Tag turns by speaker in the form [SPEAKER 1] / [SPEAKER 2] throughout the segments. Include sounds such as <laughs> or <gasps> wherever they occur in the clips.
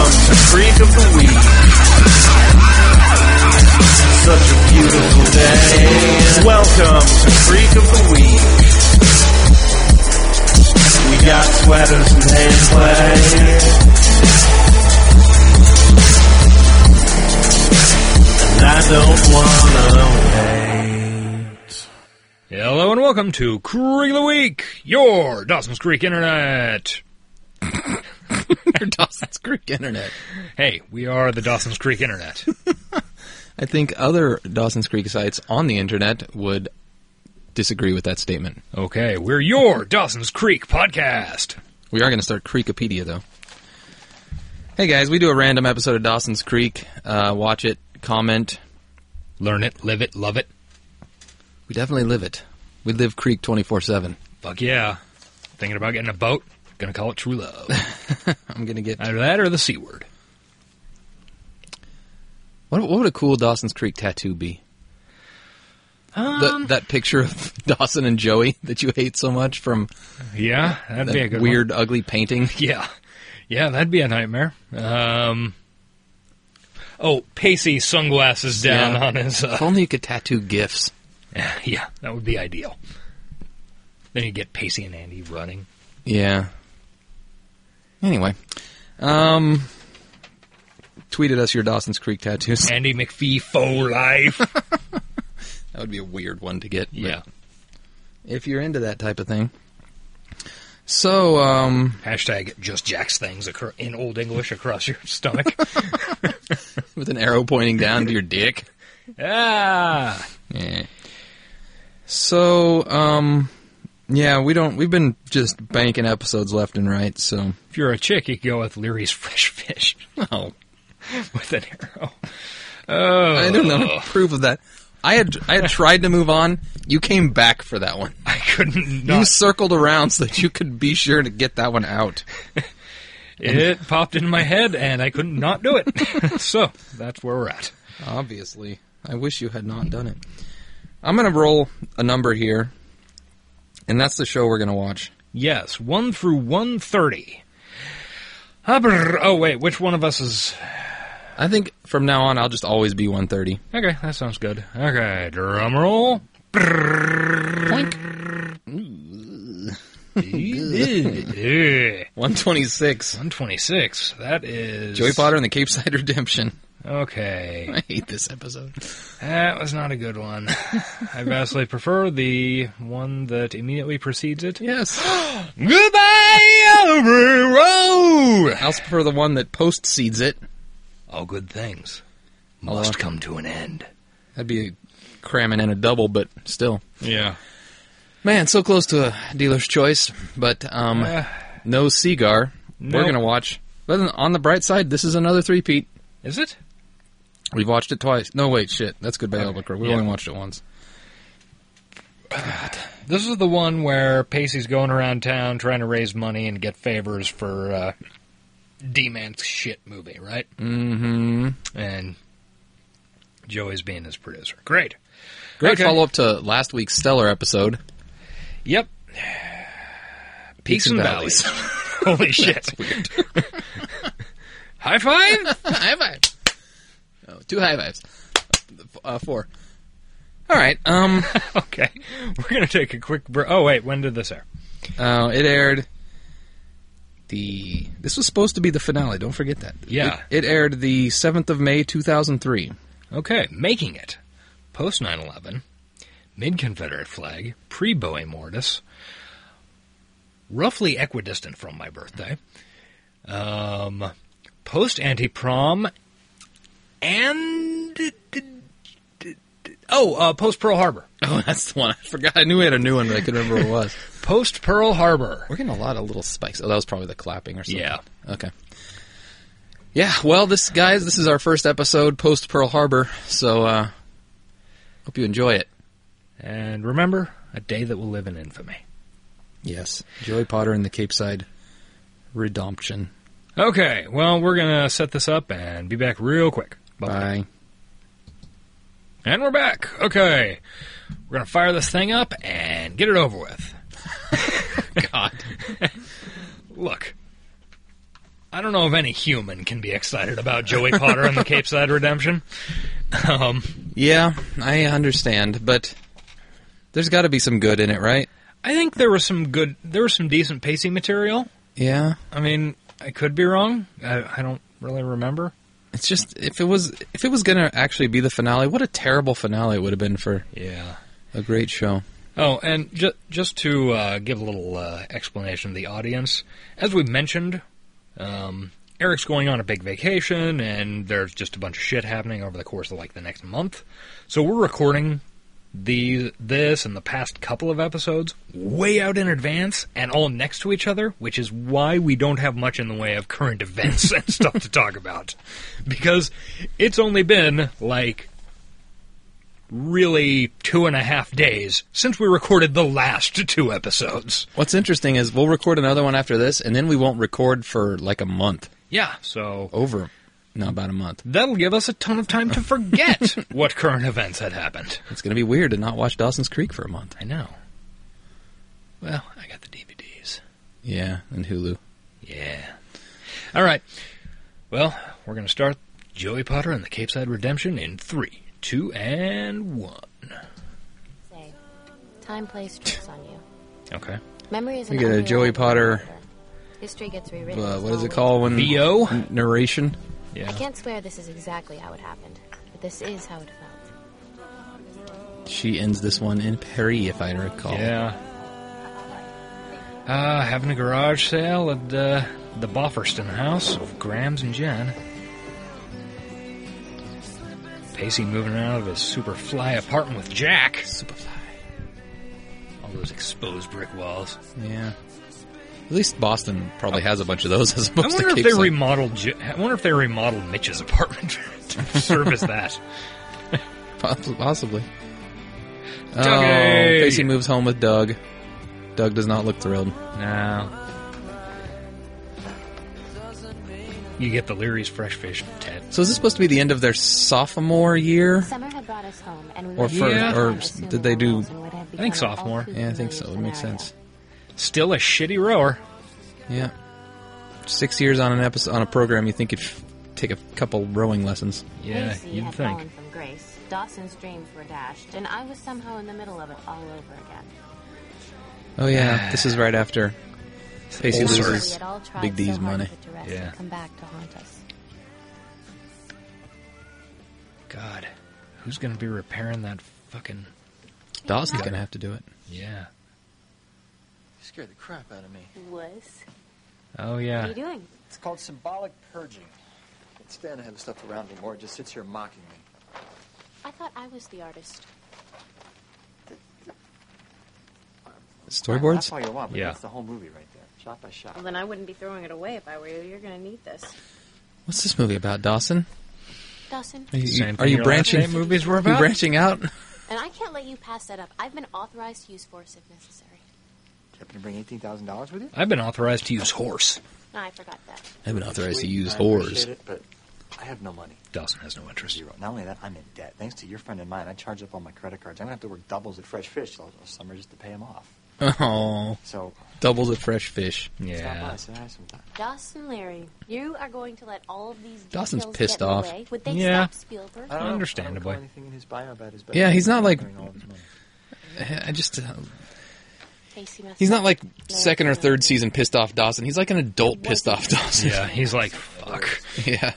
[SPEAKER 1] freak of the week. Such a beautiful day. Welcome to Freak of the Week. We got sweaters and hand play. And I don't wanna wait.
[SPEAKER 2] Hello and welcome to Creek of the Week, your Dawson's Creek Internet. <laughs>
[SPEAKER 3] Your Dawson's Creek Internet.
[SPEAKER 2] Hey, we are the Dawson's Creek <laughs> Internet.
[SPEAKER 3] I think other Dawson's Creek sites on the internet would disagree with that statement.
[SPEAKER 2] Okay, we're your Dawson's Creek podcast.
[SPEAKER 3] We are going to start Creekopedia, though. Hey guys, we do a random episode of Dawson's Creek. Uh, watch it, comment.
[SPEAKER 2] Learn it, live it, love it.
[SPEAKER 3] We definitely live it. We live Creek 24 7.
[SPEAKER 2] Fuck yeah. Thinking about getting a boat? Gonna call it True Love.
[SPEAKER 3] I'm going to
[SPEAKER 2] <laughs>
[SPEAKER 3] get.
[SPEAKER 2] Either that or the C word.
[SPEAKER 3] What, what would a cool Dawson's Creek tattoo be?
[SPEAKER 2] Um,
[SPEAKER 3] The- that picture of <laughs> Dawson and Joey that you hate so much from
[SPEAKER 2] Yeah, that'd
[SPEAKER 3] that
[SPEAKER 2] be a good
[SPEAKER 3] weird, ugly painting.
[SPEAKER 2] one. Yeah, yeah, that'd be a nightmare. Um, oh, Pacey sunglasses down
[SPEAKER 3] Yeah.
[SPEAKER 2] on his. Uh, <laughs>
[SPEAKER 3] If only you could tattoo gifs.
[SPEAKER 2] yeah, that would be ideal. Then you get Pacey and Andy running.
[SPEAKER 3] Yeah. Anyway, um, tweeted us your Dawson's Creek tattoos.
[SPEAKER 2] Andy McPhee faux life.
[SPEAKER 3] <laughs> That would be a weird one to get. but
[SPEAKER 2] yeah.
[SPEAKER 3] If you're into that type of thing. So, um,
[SPEAKER 2] Hashtag just jacks things acro- in old English across your stomach.
[SPEAKER 3] with an arrow pointing down to your dick.
[SPEAKER 2] ah,
[SPEAKER 3] <laughs> Yeah. So, um, yeah, we don't. We've been just banking episodes left and right. So,
[SPEAKER 2] if you're a chick, you could go with Leary's fresh fish <laughs>
[SPEAKER 3] oh,
[SPEAKER 2] with an arrow. Oh,
[SPEAKER 3] I do not approve of that. I had I had tried to move on. You came back for that one.
[SPEAKER 2] I couldn't
[SPEAKER 3] You
[SPEAKER 2] not.
[SPEAKER 3] circled around so that you could be sure to get that one out.
[SPEAKER 2] it popped in my head, and I couldn't not do it. <laughs> so that's where we're at.
[SPEAKER 3] Obviously. I wish you had not done it. I'm going to roll a number here, and that's the show we're going to watch.
[SPEAKER 2] Yes, one through one thirty. Abr- Oh wait, which one of us is?
[SPEAKER 3] I think from now on, I'll just always be 130.
[SPEAKER 2] Okay, that sounds good. Okay, drum roll. Ugh.
[SPEAKER 3] 126.
[SPEAKER 2] 126. That is.
[SPEAKER 3] Joey Potter and the Cape Side <laughs> Redemption.
[SPEAKER 2] Okay.
[SPEAKER 3] I hate this episode.
[SPEAKER 2] That was not a good one. I vastly prefer the one that immediately precedes it.
[SPEAKER 3] Yes.
[SPEAKER 2] Goodbye, Elmer Road!
[SPEAKER 3] I also prefer the one that postseeds it.
[SPEAKER 2] All good things
[SPEAKER 3] must
[SPEAKER 2] come to an end.
[SPEAKER 3] That'd be cramming in a double, but still.
[SPEAKER 2] Yeah.
[SPEAKER 3] Man, so close to a dealer's choice, but um,
[SPEAKER 2] Uh,
[SPEAKER 3] no Seagar. We're
[SPEAKER 2] Nope.
[SPEAKER 3] going to watch. But on the bright side, this is another three-peat.
[SPEAKER 2] Is it?
[SPEAKER 3] We've watched it twice. No, wait, shit. That's Goodbye Albuquerque. We
[SPEAKER 2] yeah.
[SPEAKER 3] only watched it once.
[SPEAKER 2] This is the one where Pacey's going around town trying to raise money and get favors for uh, D Man's shit movie, right?
[SPEAKER 3] Mm-hmm.
[SPEAKER 2] And Joey's being his producer. Great.
[SPEAKER 3] Great
[SPEAKER 2] Okay.
[SPEAKER 3] follow up to last week's stellar episode.
[SPEAKER 2] <sighs> Yep. Peaks and valleys.
[SPEAKER 3] <laughs>
[SPEAKER 2] <laughs> Holy shit.
[SPEAKER 3] weird.
[SPEAKER 2] <laughs> High five?
[SPEAKER 3] high five. Oh, two high fives. Uh, four. All right. <laughs> Um.
[SPEAKER 2] <laughs> okay. We're going to take a quick break. Oh, wait. When did this air?
[SPEAKER 3] uh, it aired. The this was supposed to be the finale. Don't forget that.
[SPEAKER 2] Yeah.
[SPEAKER 3] It, it aired the seventh of May, two thousand three.
[SPEAKER 2] Okay. Making it. Post 9 11, mid Confederate flag, pre Bowie Mortis, roughly equidistant from my birthday, um, post anti prom, and. Oh, uh, post Pearl Harbor.
[SPEAKER 3] Oh, <laughs> that's the one. I forgot. I knew we had a new one, but I couldn't remember what it was.
[SPEAKER 2] Post Pearl Harbor.
[SPEAKER 3] We're getting a lot of little spikes. Oh, that was probably the clapping or something.
[SPEAKER 2] Yeah.
[SPEAKER 3] Okay. Yeah. Well, this guys, this is our first episode post Pearl Harbor, so uh, hope you enjoy it.
[SPEAKER 2] And remember, a day that will live in infamy.
[SPEAKER 3] Yes, Joey Potter and the Cape Side Redemption.
[SPEAKER 2] Okay, well, we're going to set this up and be back real quick. Bye-bye.
[SPEAKER 3] Bye.
[SPEAKER 2] And we're back. Okay. We're going to fire this thing up and get it over with. God. Look. I don't know if any human can be excited about Joey Potter and the Cape Side Redemption. Um,
[SPEAKER 3] Yeah, I understand, but there's got to be some good in it, right?
[SPEAKER 2] I think there was some good, there was some decent pacing material.
[SPEAKER 3] Yeah.
[SPEAKER 2] I mean, I could be wrong. I, I don't really remember.
[SPEAKER 3] It's just if it was if it was going to actually be the finale, what a terrible finale it would have been for
[SPEAKER 2] Yeah.
[SPEAKER 3] a great show.
[SPEAKER 2] Oh, and ju- just to uh, give a little uh, explanation to the audience, as we mentioned, um, Eric's going on a big vacation, and there's just a bunch of shit happening over the course of like the next month. So we're recording the this and the past couple of episodes way out in advance and all next to each other, which is why we don't have much in the way of current <laughs> events and stuff to talk about, because it's only been like really two and a half days since we recorded the last two episodes.
[SPEAKER 3] What's interesting is we'll record another one after this and then we won't record for like a month.
[SPEAKER 2] Yeah, so
[SPEAKER 3] Over no, about a month.
[SPEAKER 2] that'll give us a ton of time to forget what current events had happened.
[SPEAKER 3] It's going to be weird to not watch Dawson's Creek for a month.
[SPEAKER 2] I know. Well, I got the DVDs.
[SPEAKER 3] Yeah, and Hulu.
[SPEAKER 2] Yeah. All right. Well, we're going to start Joey Potter and the Capeside Redemption in three, two, and one.
[SPEAKER 4] Say, time plays tricks on you.
[SPEAKER 2] Okay.
[SPEAKER 4] Memory is
[SPEAKER 3] We
[SPEAKER 4] an
[SPEAKER 3] get a
[SPEAKER 4] unreliable
[SPEAKER 3] Joey Potter,
[SPEAKER 4] computer. History gets rewritten.
[SPEAKER 3] Uh,
[SPEAKER 4] as
[SPEAKER 3] what is it
[SPEAKER 4] always.
[SPEAKER 3] called when
[SPEAKER 2] VO?
[SPEAKER 3] N- narration?
[SPEAKER 4] I
[SPEAKER 2] Yeah.
[SPEAKER 4] can't swear this is exactly how it happened, but this is how it felt.
[SPEAKER 3] She ends this one in Paris, if I recall.
[SPEAKER 2] Yeah. Uh, having a garage sale at uh, the Bofferston house of Grams and Jen. Pacey moving out of his super fly apartment with Jack.
[SPEAKER 3] Superfly.
[SPEAKER 2] All those exposed brick walls.
[SPEAKER 3] Yeah. At least Boston probably has a bunch of those <laughs> as
[SPEAKER 2] I
[SPEAKER 3] opposed
[SPEAKER 2] wonder
[SPEAKER 3] to
[SPEAKER 2] if they
[SPEAKER 3] Cape Side.
[SPEAKER 2] remodeled. J- I wonder if they remodeled Mitch's apartment <laughs> to service that.
[SPEAKER 3] Poss- Possibly. Oh,
[SPEAKER 2] Dougie!
[SPEAKER 3] Casey moves home with Doug. Doug does not look thrilled.
[SPEAKER 2] No. You get the Leary's fresh fish, Ted.
[SPEAKER 3] So is this supposed to be the end of their sophomore year?
[SPEAKER 4] Summer had brought us home, and we
[SPEAKER 3] Or
[SPEAKER 4] were
[SPEAKER 3] first-
[SPEAKER 4] yeah.
[SPEAKER 3] or did they do-
[SPEAKER 4] I
[SPEAKER 2] think sophomore.
[SPEAKER 3] Yeah, I think so. It makes sense.
[SPEAKER 2] Still a shitty rower.
[SPEAKER 3] Yeah. Six years on an episode on a program, you think you'd f- take a couple rowing lessons.
[SPEAKER 2] Yeah,
[SPEAKER 4] Pacey
[SPEAKER 2] you'd
[SPEAKER 4] had
[SPEAKER 2] think.
[SPEAKER 4] fallen from grace. Dawson's dreams were dashed, and I was somehow in the middle of it all over again.
[SPEAKER 3] Oh yeah, this is right after Pacey
[SPEAKER 2] Old
[SPEAKER 4] Moments
[SPEAKER 2] sorry.
[SPEAKER 4] we
[SPEAKER 3] loses
[SPEAKER 4] had all tried
[SPEAKER 3] Big D's
[SPEAKER 4] so hard
[SPEAKER 3] money.
[SPEAKER 4] to put to rest
[SPEAKER 2] Yeah.
[SPEAKER 4] and come back to haunt us.
[SPEAKER 2] God, who's going to be repairing that fucking.
[SPEAKER 3] Dawson's gonna have to do it.
[SPEAKER 2] Yeah.
[SPEAKER 5] You scared the crap out of me.
[SPEAKER 4] Was.
[SPEAKER 2] Oh,
[SPEAKER 4] What are
[SPEAKER 2] yeah.
[SPEAKER 4] you doing?
[SPEAKER 5] It's called symbolic purging. Can't stand to have stuff around anymore. It just sits here mocking me.
[SPEAKER 4] I thought I was the artist.
[SPEAKER 5] That's
[SPEAKER 3] Storyboards?
[SPEAKER 5] all you want, but
[SPEAKER 2] Yeah.
[SPEAKER 5] that's the whole movie right there, shot by shot.
[SPEAKER 4] Well, then I wouldn't be throwing it away if I were you. You're going to need this.
[SPEAKER 3] What's this movie about, Dawson?
[SPEAKER 4] Dawson,
[SPEAKER 3] Are you,
[SPEAKER 2] Same
[SPEAKER 3] are
[SPEAKER 2] thing
[SPEAKER 3] you
[SPEAKER 2] your last
[SPEAKER 3] branching?
[SPEAKER 2] name movies were
[SPEAKER 3] you
[SPEAKER 2] about?
[SPEAKER 3] branching out?
[SPEAKER 4] and I can't let you pass that up. I've been authorized to use force if necessary.
[SPEAKER 5] You happen to bring eighteen thousand dollars with you?
[SPEAKER 2] I've been authorized to use horse.
[SPEAKER 4] No, I forgot that.
[SPEAKER 3] I've been authorized to
[SPEAKER 5] Sweet,
[SPEAKER 3] use
[SPEAKER 5] I
[SPEAKER 3] whores.
[SPEAKER 5] appreciate it, but I have no money.
[SPEAKER 2] Dawson has no interest.
[SPEAKER 5] Zero. Not only that, I'm in debt. Thanks to your friend and mine, I charged up all my credit cards. I'm gonna have to work doubles at Fresh Fish all all summer just to pay him off.
[SPEAKER 3] Oh,
[SPEAKER 5] So
[SPEAKER 3] doubles of fresh fish.
[SPEAKER 5] stop
[SPEAKER 2] Yeah.
[SPEAKER 5] by, say hi sometime.
[SPEAKER 4] Dawson, Larry, you are going to let all of these
[SPEAKER 3] Dawson's
[SPEAKER 4] details
[SPEAKER 3] pissed
[SPEAKER 4] get in the
[SPEAKER 3] off. Uh,
[SPEAKER 4] way. Would they
[SPEAKER 2] Yeah.
[SPEAKER 4] stop Spielberg?
[SPEAKER 5] I don't know. I don't
[SPEAKER 2] Understandably.
[SPEAKER 5] recall anything in his bio about his
[SPEAKER 3] Yeah, he's not like-
[SPEAKER 5] During all of his money.
[SPEAKER 3] I I just uh,
[SPEAKER 4] Casey messed
[SPEAKER 3] He's not
[SPEAKER 4] up.
[SPEAKER 3] like second or third season pissed off Dawson. He's like an adult pissed off
[SPEAKER 2] <laughs>
[SPEAKER 3] Dawson.
[SPEAKER 2] Yeah, he's like, fuck.
[SPEAKER 3] <laughs>
[SPEAKER 4] <laughs>
[SPEAKER 3] yeah.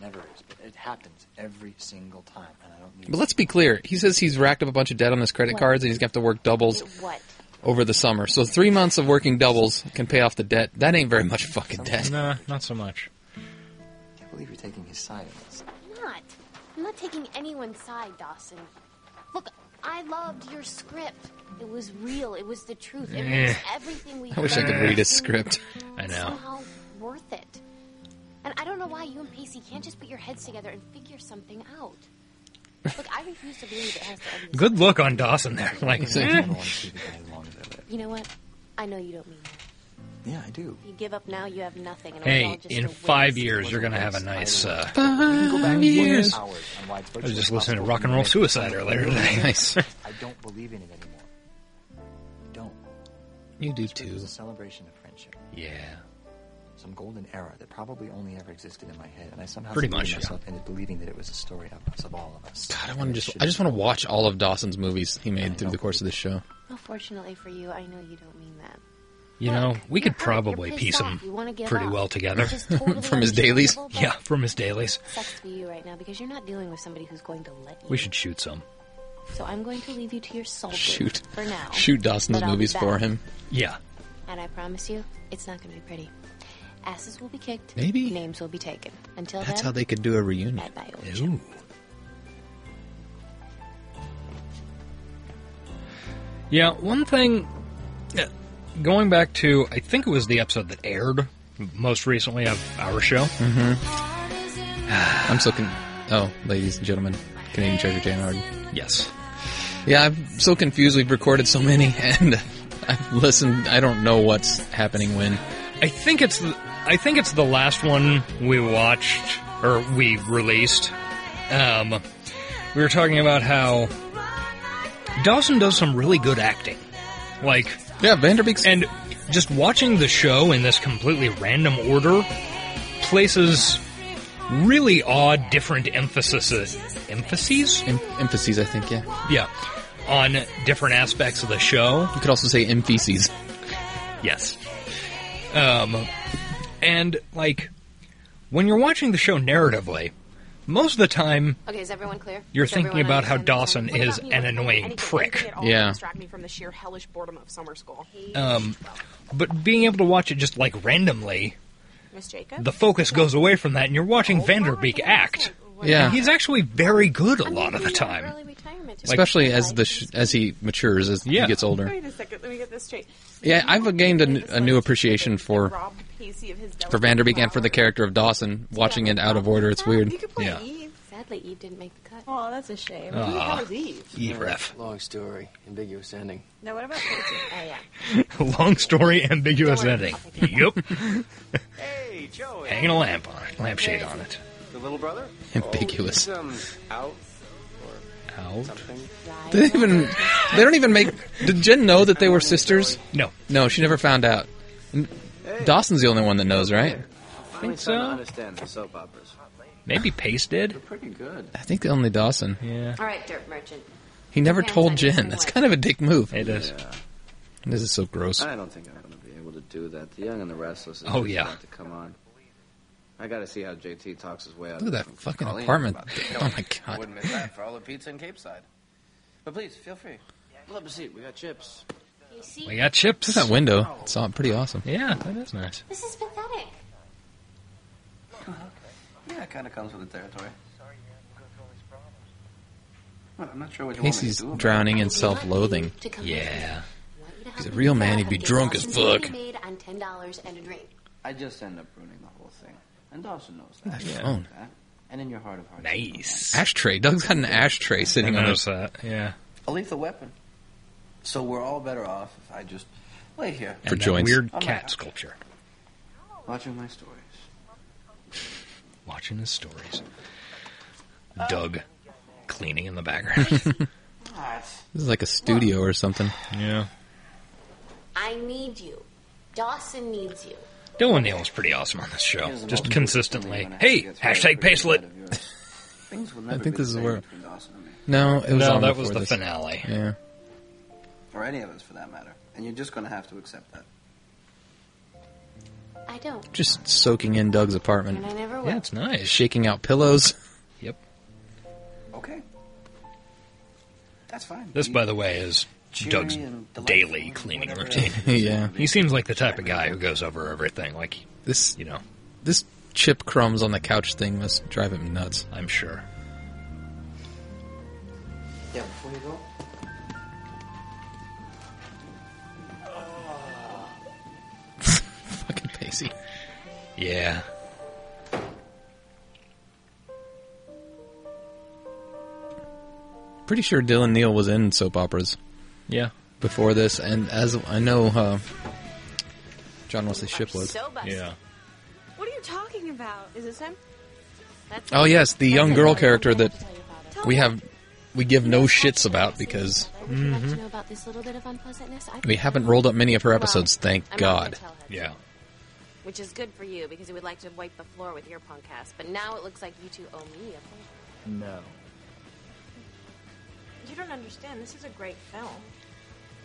[SPEAKER 5] Never is, but it happens every single time, and I don't need.
[SPEAKER 3] But let's be clear. He says he's racked up a bunch of debt on his credit cards and he's going to have to work doubles
[SPEAKER 4] Wait, What?
[SPEAKER 3] over the summer. So three months of working doubles can pay off the debt. That ain't very much fucking debt.
[SPEAKER 2] Nah, not so much.
[SPEAKER 5] I can't believe you're taking his side on
[SPEAKER 2] <laughs>
[SPEAKER 5] this.
[SPEAKER 4] I'm not. I'm not taking anyone's side, Dawson. Look, I loved your script. It was real. It was the truth. It
[SPEAKER 2] Eh.
[SPEAKER 4] was everything we
[SPEAKER 3] I wish I could
[SPEAKER 4] learned.
[SPEAKER 3] read his script.
[SPEAKER 2] I know.
[SPEAKER 4] somehow worth it. And I don't know why you and Pacey can't just put your heads together and figure something
[SPEAKER 2] <laughs>
[SPEAKER 4] out. Look, I refuse to believe it has to end. this
[SPEAKER 2] Good look on Dawson there. <laughs> Like,
[SPEAKER 3] He's
[SPEAKER 4] <laughs>
[SPEAKER 3] like,
[SPEAKER 2] eh.
[SPEAKER 5] Never want to see the guy as long as I live.
[SPEAKER 4] way. You know what? I know you don't mean that.
[SPEAKER 5] Yeah, I do.
[SPEAKER 4] If you give up now, you have nothing. And it was all
[SPEAKER 2] hey,
[SPEAKER 4] just a
[SPEAKER 2] in
[SPEAKER 4] waste.
[SPEAKER 2] five years, you're going to have a nice. Uh, I
[SPEAKER 3] five years.
[SPEAKER 5] Hours on why it's
[SPEAKER 2] was
[SPEAKER 5] virtually
[SPEAKER 2] just listening to
[SPEAKER 5] impossible
[SPEAKER 2] Rock and Roll
[SPEAKER 5] for me
[SPEAKER 2] Suicide earlier today. <laughs>
[SPEAKER 3] Nice.
[SPEAKER 5] I don't believe in it anymore. I don't.
[SPEAKER 3] You do
[SPEAKER 5] It was
[SPEAKER 3] too.
[SPEAKER 5] a celebration of friendship.
[SPEAKER 2] Yeah.
[SPEAKER 5] some golden era that probably only ever existed in my head, and I somehow
[SPEAKER 3] Pretty
[SPEAKER 5] succeeded
[SPEAKER 3] much, yeah.
[SPEAKER 5] myself into believing that it was a story of us, of all of us.
[SPEAKER 3] God, I want to just I just want to watch all of Dawson's movies he made through the course of this show.
[SPEAKER 4] Well, fortunately for you, I know you don't mean that.
[SPEAKER 2] You know,
[SPEAKER 4] Look,
[SPEAKER 2] we
[SPEAKER 4] you're
[SPEAKER 2] could
[SPEAKER 4] hurt, you're
[SPEAKER 2] probably
[SPEAKER 4] pissed
[SPEAKER 2] piece
[SPEAKER 4] off,
[SPEAKER 2] them
[SPEAKER 4] you wanna give
[SPEAKER 2] pretty
[SPEAKER 4] up.
[SPEAKER 2] well together.
[SPEAKER 4] Which is totally
[SPEAKER 3] From his dailies?
[SPEAKER 4] understandable,
[SPEAKER 2] <laughs>
[SPEAKER 4] but
[SPEAKER 2] Yeah, from his dailies.
[SPEAKER 4] Sucks to be you right now because you're not dealing with somebody who's going to let you.
[SPEAKER 2] We should shoot some.
[SPEAKER 4] So I'm going to leave you to your soul.
[SPEAKER 3] Shoot.
[SPEAKER 4] For now.
[SPEAKER 3] Shoot Dawson's
[SPEAKER 4] But I'll be
[SPEAKER 3] movies for
[SPEAKER 4] back.
[SPEAKER 3] him.
[SPEAKER 2] Yeah.
[SPEAKER 4] And I promise you, it's not going to be pretty. Asses will be kicked.
[SPEAKER 3] Maybe.
[SPEAKER 4] Names will be taken. Until
[SPEAKER 3] That's
[SPEAKER 4] then,
[SPEAKER 3] how they could do a reunion.
[SPEAKER 4] bye bye, old chap.
[SPEAKER 2] Ooh. Yeah, one thing. uh, Going back to, I think it was the episode that aired most recently of our show.
[SPEAKER 3] I'm so con- Oh, ladies and gentlemen, Canadian Treasure Jane Arden.
[SPEAKER 2] Yes.
[SPEAKER 3] Yeah, I'm so confused. We've recorded so many, <laughs> and I've listened. I don't know what's happening when.
[SPEAKER 2] I think it's the, I think it's the last one we watched or we released. Um, we were talking about how Dawson does some really good acting, like
[SPEAKER 3] Yeah, Vanderbeek's.
[SPEAKER 2] and just watching the show in this completely random order places really odd different emphases emphases
[SPEAKER 3] em- emphases, I think. Yeah,
[SPEAKER 2] yeah on different aspects of the show
[SPEAKER 3] you could also say emphases.
[SPEAKER 2] Yes. Um, and like when you're watching the show narratively, most of the time
[SPEAKER 4] Okay, is everyone clear?
[SPEAKER 2] you're
[SPEAKER 4] Does
[SPEAKER 2] thinking
[SPEAKER 4] everyone
[SPEAKER 2] about how
[SPEAKER 4] understand
[SPEAKER 2] Dawson
[SPEAKER 4] this?
[SPEAKER 2] is an annoying prick.
[SPEAKER 3] Yeah.
[SPEAKER 6] Distract me from the sheer hellish boredom of summer school.
[SPEAKER 2] Um, but being able to watch it just like randomly,
[SPEAKER 6] Miss Jacob.
[SPEAKER 2] the focus goes away from that, and you're watching Vanderbeek act.
[SPEAKER 3] Yeah.
[SPEAKER 2] And he's actually very good a lot of the time.
[SPEAKER 4] Early retirement.
[SPEAKER 3] Especially as the sh- as he matures, as
[SPEAKER 2] Yeah.
[SPEAKER 3] he gets older.
[SPEAKER 6] Wait a second. Let me get this straight.
[SPEAKER 3] Yeah, I've gained a n- a new appreciation for-
[SPEAKER 6] Rob Pacey of his
[SPEAKER 3] For Vanderbeek and for the character of Dawson, watching it out of order, it's weird.
[SPEAKER 6] You could play
[SPEAKER 2] Yeah.
[SPEAKER 6] Eve.
[SPEAKER 4] Sadly, Eve didn't make the cut.
[SPEAKER 6] Oh, that's a shame.
[SPEAKER 3] Ah.
[SPEAKER 6] Who the hell is Eve?
[SPEAKER 2] E-ref.
[SPEAKER 7] Long story, ambiguous ending.
[SPEAKER 6] Now, what about Pacey?
[SPEAKER 4] Oh, yeah.
[SPEAKER 2] <laughs> Long story, ambiguous
[SPEAKER 6] Don't worry,
[SPEAKER 2] ending.
[SPEAKER 6] I'll take care
[SPEAKER 7] <laughs>
[SPEAKER 2] Yup.
[SPEAKER 8] Hey, Joey.
[SPEAKER 2] Hanging a lamp on it, lampshade on it.
[SPEAKER 8] The little brother?
[SPEAKER 3] Ambiguous.
[SPEAKER 8] Oh, he's, um, out
[SPEAKER 2] Out.
[SPEAKER 8] something.
[SPEAKER 3] They don't even they don't even make. Did Jen know that they were sisters?
[SPEAKER 2] No.
[SPEAKER 3] No, she never found out. And Dawson's the only one that knows, right?
[SPEAKER 7] Finally
[SPEAKER 2] so.
[SPEAKER 7] starting to understand the soap operas.
[SPEAKER 2] Maybe Pace did.
[SPEAKER 7] They're pretty good.
[SPEAKER 3] I think only Dawson.
[SPEAKER 2] Yeah.
[SPEAKER 4] All right, Dirt Merchant.
[SPEAKER 3] He never
[SPEAKER 4] Yeah,
[SPEAKER 3] told
[SPEAKER 4] it's like-
[SPEAKER 3] Jen. That's kind of a dick move.
[SPEAKER 2] It is.
[SPEAKER 3] This is so gross.
[SPEAKER 7] I don't think I'm going to be able to do that. The Young and the Restless is
[SPEAKER 2] Oh,
[SPEAKER 7] just
[SPEAKER 2] yeah.
[SPEAKER 7] about to come on. I got to see how JT talks his way out.
[SPEAKER 3] Look at
[SPEAKER 7] of
[SPEAKER 3] that
[SPEAKER 7] this.
[SPEAKER 3] fucking
[SPEAKER 7] Colleen
[SPEAKER 3] apartment. <laughs>
[SPEAKER 7] about to-
[SPEAKER 3] Oh my god.
[SPEAKER 7] Wouldn't miss that for all the pizza in Cape Side. But please feel free. We'll have a seat. We got chips.
[SPEAKER 4] You see,
[SPEAKER 2] We got chips.
[SPEAKER 3] Look at that window. It's all pretty awesome.
[SPEAKER 2] Yeah, that is nice.
[SPEAKER 4] this is pathetic.
[SPEAKER 7] Yeah, it kind of comes with the territory. Well, I'm not sure what you want me to
[SPEAKER 3] Casey's
[SPEAKER 7] do. about
[SPEAKER 3] drowning
[SPEAKER 4] I
[SPEAKER 3] in
[SPEAKER 4] want you
[SPEAKER 3] self-loathing.
[SPEAKER 4] to come with me.
[SPEAKER 2] Yeah.
[SPEAKER 4] I want you to
[SPEAKER 3] He's
[SPEAKER 4] help
[SPEAKER 3] a
[SPEAKER 4] me
[SPEAKER 3] real
[SPEAKER 4] pick
[SPEAKER 3] man,
[SPEAKER 4] up
[SPEAKER 3] he'd be
[SPEAKER 4] and get
[SPEAKER 3] drunk as
[SPEAKER 4] Dawson's Baby
[SPEAKER 3] fuck.
[SPEAKER 4] Made on ten dollars and a drink.
[SPEAKER 7] it. I just end up ruining the whole thing. And Dawson knows that.
[SPEAKER 3] That phone.
[SPEAKER 7] And in your heart of hearts. you know that.
[SPEAKER 2] Nice.
[SPEAKER 3] Ashtray. Doug's got an ashtray sitting on his.
[SPEAKER 2] that. Yeah.
[SPEAKER 7] A lethal weapon. So we're all better off if I just lay here
[SPEAKER 3] For
[SPEAKER 2] that
[SPEAKER 3] joints.
[SPEAKER 2] Weird
[SPEAKER 7] Oh my
[SPEAKER 2] cat
[SPEAKER 7] God.
[SPEAKER 2] sculpture.
[SPEAKER 7] watching my stories.
[SPEAKER 2] Watching his stories.
[SPEAKER 7] Oh.
[SPEAKER 2] Doug cleaning in the background. <laughs>
[SPEAKER 3] This is like a studio or something.
[SPEAKER 2] yeah.
[SPEAKER 4] I need you. Dawson needs you.
[SPEAKER 2] Bill O'Neill is pretty awesome on this show. Oh, Just consistently. Hey, hashtag Pacelet.
[SPEAKER 7] <laughs> I
[SPEAKER 3] I think this is where-
[SPEAKER 7] Or
[SPEAKER 3] No, it was
[SPEAKER 2] No,
[SPEAKER 3] on
[SPEAKER 2] that
[SPEAKER 3] before
[SPEAKER 2] was the
[SPEAKER 3] this.
[SPEAKER 2] finale.
[SPEAKER 3] Yeah.
[SPEAKER 7] any of us for that matter. And you're just going to have to accept that.
[SPEAKER 4] I don't,
[SPEAKER 3] Just soaking in Doug's
[SPEAKER 4] and
[SPEAKER 3] apartment,
[SPEAKER 4] I never will.
[SPEAKER 2] Yeah, it's nice.
[SPEAKER 3] shaking out pillows.
[SPEAKER 2] Yep.
[SPEAKER 7] Okay. That's fine.
[SPEAKER 2] This,
[SPEAKER 7] You-
[SPEAKER 2] by the way, is
[SPEAKER 7] cheery
[SPEAKER 2] Doug's
[SPEAKER 7] and delightful
[SPEAKER 2] daily
[SPEAKER 7] and
[SPEAKER 2] cleaning
[SPEAKER 7] whatever
[SPEAKER 2] routine.
[SPEAKER 7] <laughs> else it
[SPEAKER 3] <laughs>
[SPEAKER 7] is.
[SPEAKER 3] yeah.
[SPEAKER 2] He seems like the type of guy who goes over everything. Like,
[SPEAKER 3] This
[SPEAKER 2] you know,
[SPEAKER 3] this chip crumbs on the couch thing must drive him nuts.
[SPEAKER 2] I'm sure.
[SPEAKER 7] Yeah, before you go.
[SPEAKER 3] Fucking Pacey.
[SPEAKER 2] Yeah.
[SPEAKER 3] Pretty sure Dylan Neal was in soap operas.
[SPEAKER 2] Yeah.
[SPEAKER 3] before this, and as I know, uh, John Wesley Ship was.
[SPEAKER 4] So busted.
[SPEAKER 2] Yeah.
[SPEAKER 6] What are you talking about? Is this him?
[SPEAKER 4] That's
[SPEAKER 3] Oh yes, the young girl character that
[SPEAKER 6] Tell
[SPEAKER 3] we
[SPEAKER 6] me.
[SPEAKER 3] have, we give no shits about because
[SPEAKER 4] Would you like to know about this little bit of unpleasantness? I
[SPEAKER 3] we haven't rolled up many of her episodes. Thank
[SPEAKER 4] I'm not gonna
[SPEAKER 3] God.
[SPEAKER 4] tell her.
[SPEAKER 2] Yeah.
[SPEAKER 4] Which is good for you because you would like to wipe the floor with your punk ass. But now it looks like you two owe me a favor.
[SPEAKER 5] No.
[SPEAKER 6] You don't understand. This is a great film.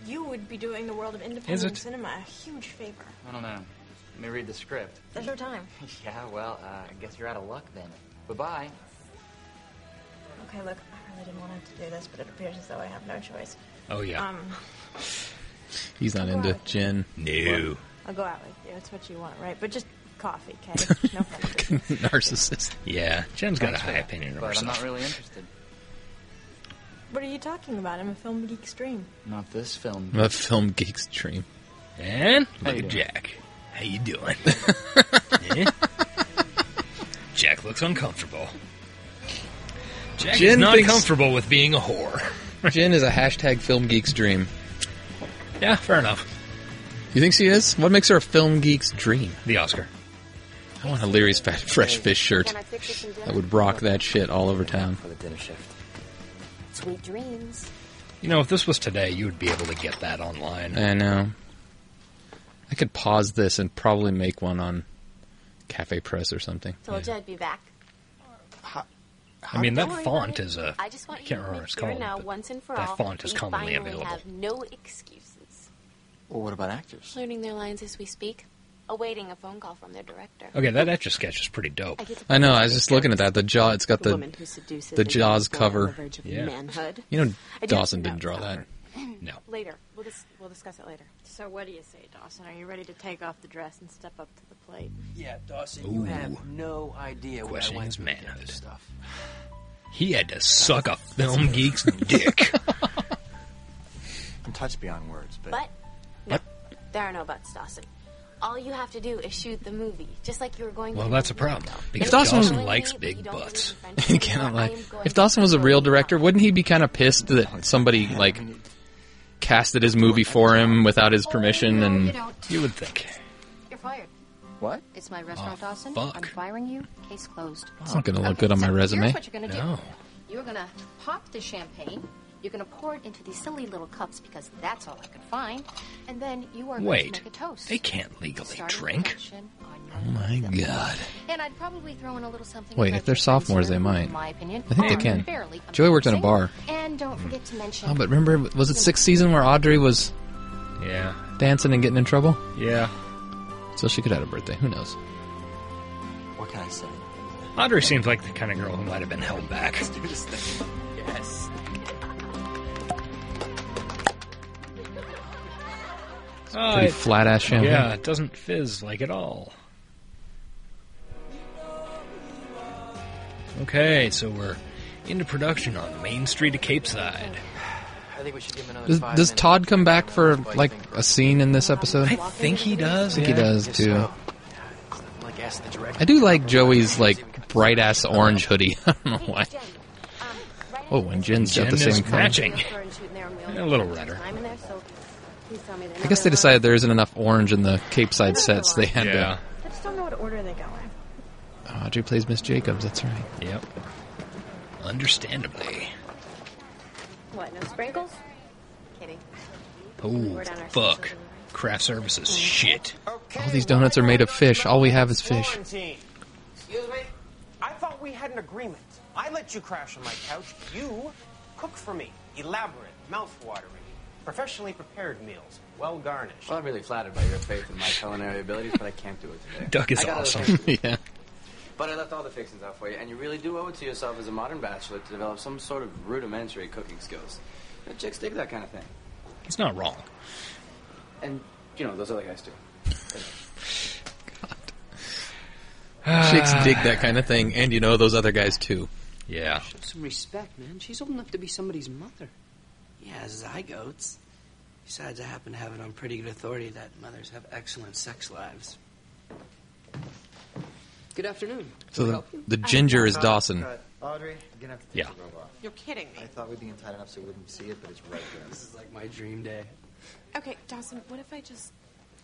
[SPEAKER 6] You would be doing the world of independent
[SPEAKER 2] it?
[SPEAKER 6] cinema a huge favor.
[SPEAKER 7] I don't know. Let me read the script. <laughs>
[SPEAKER 6] There's no time.
[SPEAKER 5] yeah, well, uh, I guess you're out of luck then. Bye-bye.
[SPEAKER 6] Okay, look, I really didn't want to have to do this, but it appears as though I have no choice.
[SPEAKER 2] Oh yeah.
[SPEAKER 6] Um,
[SPEAKER 3] He's not into gin.
[SPEAKER 2] no.
[SPEAKER 6] I'll go out with you. That's what you want, right? But just coffee, okay? No fun.
[SPEAKER 3] <laughs> Narcissist.
[SPEAKER 2] Yeah, Jen's got
[SPEAKER 7] Thanks
[SPEAKER 2] a
[SPEAKER 7] for
[SPEAKER 2] high
[SPEAKER 7] that,
[SPEAKER 2] opinion of
[SPEAKER 7] But I'm
[SPEAKER 2] herself.
[SPEAKER 7] not really interested.
[SPEAKER 6] what are you talking about? I'm a film geek's dream.
[SPEAKER 7] Not this film.
[SPEAKER 3] A film geek's dream.
[SPEAKER 2] And look
[SPEAKER 7] you
[SPEAKER 2] at
[SPEAKER 7] doing?
[SPEAKER 2] Jack. How you doing? <laughs> Eh? Jack looks uncomfortable. Jack is
[SPEAKER 3] Jen
[SPEAKER 2] not
[SPEAKER 3] thinks-
[SPEAKER 2] comfortable with being a whore.
[SPEAKER 3] Gin is a hashtag film geek's dream.
[SPEAKER 2] Yeah, fair enough.
[SPEAKER 3] You think she is? What makes her a film geek's dream?
[SPEAKER 2] The Oscar.
[SPEAKER 3] I want a Leary's Fat Fresh Fish shirt.
[SPEAKER 4] Can I fix this in dinner?
[SPEAKER 3] That would rock that shit all over town.
[SPEAKER 5] For the dinner shift.
[SPEAKER 4] Sweet dreams.
[SPEAKER 2] You know, if this was today, you would be able to get that online.
[SPEAKER 3] I know. I could pause this and probably make one on Cafe Press or something.
[SPEAKER 4] Told you I'd be back.
[SPEAKER 2] I mean, that
[SPEAKER 4] Don't worry
[SPEAKER 2] font
[SPEAKER 4] about it.
[SPEAKER 2] is a.
[SPEAKER 4] I just want
[SPEAKER 2] can't
[SPEAKER 4] you to
[SPEAKER 2] remember what
[SPEAKER 4] make
[SPEAKER 2] it's
[SPEAKER 4] sure
[SPEAKER 2] called,
[SPEAKER 4] now,
[SPEAKER 2] but
[SPEAKER 4] once and for
[SPEAKER 2] that
[SPEAKER 4] all,
[SPEAKER 2] font is
[SPEAKER 4] we
[SPEAKER 2] commonly
[SPEAKER 4] finally
[SPEAKER 2] available.
[SPEAKER 4] have no excuses.
[SPEAKER 5] Well, what about actors?
[SPEAKER 4] Learning their lines as we speak, awaiting a phone call from their director.
[SPEAKER 2] Okay, that Etch a Sketch is pretty dope.
[SPEAKER 4] I get to
[SPEAKER 3] I know. I was just looking at that. The jaw. It's got
[SPEAKER 9] the
[SPEAKER 3] the.
[SPEAKER 9] woman who seduces
[SPEAKER 3] the
[SPEAKER 9] and
[SPEAKER 3] Jaws
[SPEAKER 9] keeps boy on
[SPEAKER 3] cover.
[SPEAKER 9] the verge of
[SPEAKER 2] Yeah.
[SPEAKER 9] manhood.
[SPEAKER 3] You know,
[SPEAKER 9] I don't
[SPEAKER 3] Dawson
[SPEAKER 9] know
[SPEAKER 3] didn't draw that.
[SPEAKER 9] her.
[SPEAKER 2] No.
[SPEAKER 4] later. We'll, dis- we'll discuss it later.
[SPEAKER 9] So what do you say, Dawson? Are you ready to take off the dress and step up to the plate?
[SPEAKER 7] Yeah, Dawson,
[SPEAKER 2] Ooh.
[SPEAKER 7] you have no idea what I
[SPEAKER 2] Questioning
[SPEAKER 7] went
[SPEAKER 2] his
[SPEAKER 7] through to get
[SPEAKER 2] manhood.
[SPEAKER 7] this stuff.
[SPEAKER 2] He had to suck a film geek's dick.
[SPEAKER 5] I'm touched beyond words, but...
[SPEAKER 4] But no, there are no buts, Dawson. All you have to do is shoot the movie, just like you were going.
[SPEAKER 2] Well,
[SPEAKER 4] to
[SPEAKER 2] that's a
[SPEAKER 4] do.
[SPEAKER 2] problem. Because
[SPEAKER 3] Dawson-
[SPEAKER 2] Dawson,
[SPEAKER 4] Knowing
[SPEAKER 2] likes
[SPEAKER 4] me,
[SPEAKER 2] big
[SPEAKER 4] you don't believe
[SPEAKER 2] butts.
[SPEAKER 4] in
[SPEAKER 3] <laughs>
[SPEAKER 4] friendship
[SPEAKER 3] You
[SPEAKER 4] anymore,
[SPEAKER 3] cannot
[SPEAKER 4] I
[SPEAKER 3] lie.
[SPEAKER 4] am going
[SPEAKER 3] If
[SPEAKER 4] to
[SPEAKER 3] Dawson was a
[SPEAKER 4] throw
[SPEAKER 3] real
[SPEAKER 4] you
[SPEAKER 3] director,
[SPEAKER 4] out.
[SPEAKER 3] wouldn't he be kind of pissed that somebody like casted his movie for him without his permission?
[SPEAKER 10] Oh, No, you
[SPEAKER 3] And
[SPEAKER 10] don't.
[SPEAKER 2] You would think.
[SPEAKER 10] You're fired.
[SPEAKER 5] What?
[SPEAKER 10] It's my restaurant,
[SPEAKER 2] Oh,
[SPEAKER 10] Dawson.
[SPEAKER 2] fuck.
[SPEAKER 10] I'm firing you. Case closed.
[SPEAKER 3] it's not going to look good on my
[SPEAKER 10] so
[SPEAKER 3] resume.
[SPEAKER 10] Here's what you're gonna
[SPEAKER 2] No.
[SPEAKER 10] do. You're gonna pop the champagne. You're gonna pour it into these silly little cups because that's all I could find. And then you are going
[SPEAKER 2] Wait,
[SPEAKER 10] to make a toast.
[SPEAKER 2] they can't legally
[SPEAKER 10] Starting
[SPEAKER 2] drink.
[SPEAKER 10] production on your
[SPEAKER 3] Oh my god.
[SPEAKER 10] And I'd probably throw in a little something.
[SPEAKER 3] Wait,
[SPEAKER 10] about
[SPEAKER 3] if they're
[SPEAKER 10] your friends
[SPEAKER 3] sophomores, they
[SPEAKER 10] who,
[SPEAKER 3] might.
[SPEAKER 10] In my opinion,
[SPEAKER 3] I think they
[SPEAKER 10] are
[SPEAKER 3] can.
[SPEAKER 10] fairly
[SPEAKER 3] Joey worked in a bar.
[SPEAKER 10] amazing. And don't forget to mention.
[SPEAKER 3] Oh, but remember, was it sixth season where Audrey was
[SPEAKER 2] Yeah.
[SPEAKER 3] dancing and getting in trouble?
[SPEAKER 2] Yeah.
[SPEAKER 3] So she could have had a birthday. Who knows?
[SPEAKER 5] What can I say?
[SPEAKER 2] Audrey seems like the kind of girl who might have been held back.
[SPEAKER 5] Let's do this thing. Yes.
[SPEAKER 2] Oh,
[SPEAKER 3] Pretty
[SPEAKER 2] it,
[SPEAKER 3] flat ass champagne.
[SPEAKER 2] yeah, it doesn't fizz like at all. Okay, so we're into production on Main Street of Cape Side.
[SPEAKER 7] I think we should give him another
[SPEAKER 3] Does,
[SPEAKER 7] five
[SPEAKER 3] does
[SPEAKER 7] minutes.
[SPEAKER 3] Todd come back for
[SPEAKER 7] What do you
[SPEAKER 3] like
[SPEAKER 7] think, bro?
[SPEAKER 3] a scene in this episode?
[SPEAKER 2] I think he does.
[SPEAKER 3] I think he does
[SPEAKER 7] Guess
[SPEAKER 3] too.
[SPEAKER 7] so. It's nothing Like ask the director.
[SPEAKER 3] I do like Joey's like bright ass orange hoodie. <laughs> I don't know
[SPEAKER 4] Hey,
[SPEAKER 3] why.
[SPEAKER 4] Jen, um, right
[SPEAKER 3] Oh, and Jen's
[SPEAKER 2] Jen
[SPEAKER 3] got the
[SPEAKER 2] is
[SPEAKER 3] same color.
[SPEAKER 2] matching.
[SPEAKER 4] after I'm shooting there, and we only
[SPEAKER 2] A little
[SPEAKER 4] have
[SPEAKER 2] redder.
[SPEAKER 4] time in there, so please tell me that
[SPEAKER 3] I guess they
[SPEAKER 4] none of
[SPEAKER 3] decided there isn't enough orange in the Cape Side sets. They had
[SPEAKER 2] Yeah.
[SPEAKER 6] I just don't know what order they go in.
[SPEAKER 3] to. Oh, Audrey plays Miss Jacobs. That's right.
[SPEAKER 2] Yep. Understandably.
[SPEAKER 4] them- What? No sprinkles? Kidding.
[SPEAKER 2] Oh, fuck. Craft services. Shit.
[SPEAKER 3] All these donuts are made of fish. All we have is fish.
[SPEAKER 8] Quarantine. Excuse me? I thought we had an agreement. I let you crash on my couch. You cook for me. Elaborate, mouth-watering, professionally prepared meals, well garnished.
[SPEAKER 7] Well, I'm really flattered by your faith in my culinary abilities, but I can't do it
[SPEAKER 3] <laughs>
[SPEAKER 7] today.
[SPEAKER 2] Duck is
[SPEAKER 7] I got other
[SPEAKER 2] awesome.
[SPEAKER 7] things to do.
[SPEAKER 3] yeah.
[SPEAKER 7] But I left all the fixings out for you, and you really do owe it to yourself as a modern bachelor to develop some sort of rudimentary cooking skills. You know, chicks dig that kind of thing.
[SPEAKER 2] He's not wrong.
[SPEAKER 7] And, you know, those other guys do.
[SPEAKER 3] Chicks dig that kind of thing, and you know those other guys too.
[SPEAKER 2] <sighs> Yeah.
[SPEAKER 7] Some respect, man. She's old enough to be somebody's mother. Yeah, zygotes. Besides, I happen to have it on pretty good authority that mothers have excellent sex lives. Good afternoon.
[SPEAKER 3] So the, the ginger is Dawson.
[SPEAKER 5] Cut. Audrey, you're gonna have to take
[SPEAKER 2] Yeah.
[SPEAKER 5] the robe off.
[SPEAKER 6] You're kidding me.
[SPEAKER 5] I thought we'd be in tight enough so we wouldn't see it, but it's right there.
[SPEAKER 7] This is like my dream day.
[SPEAKER 6] Okay, Dawson, what if I just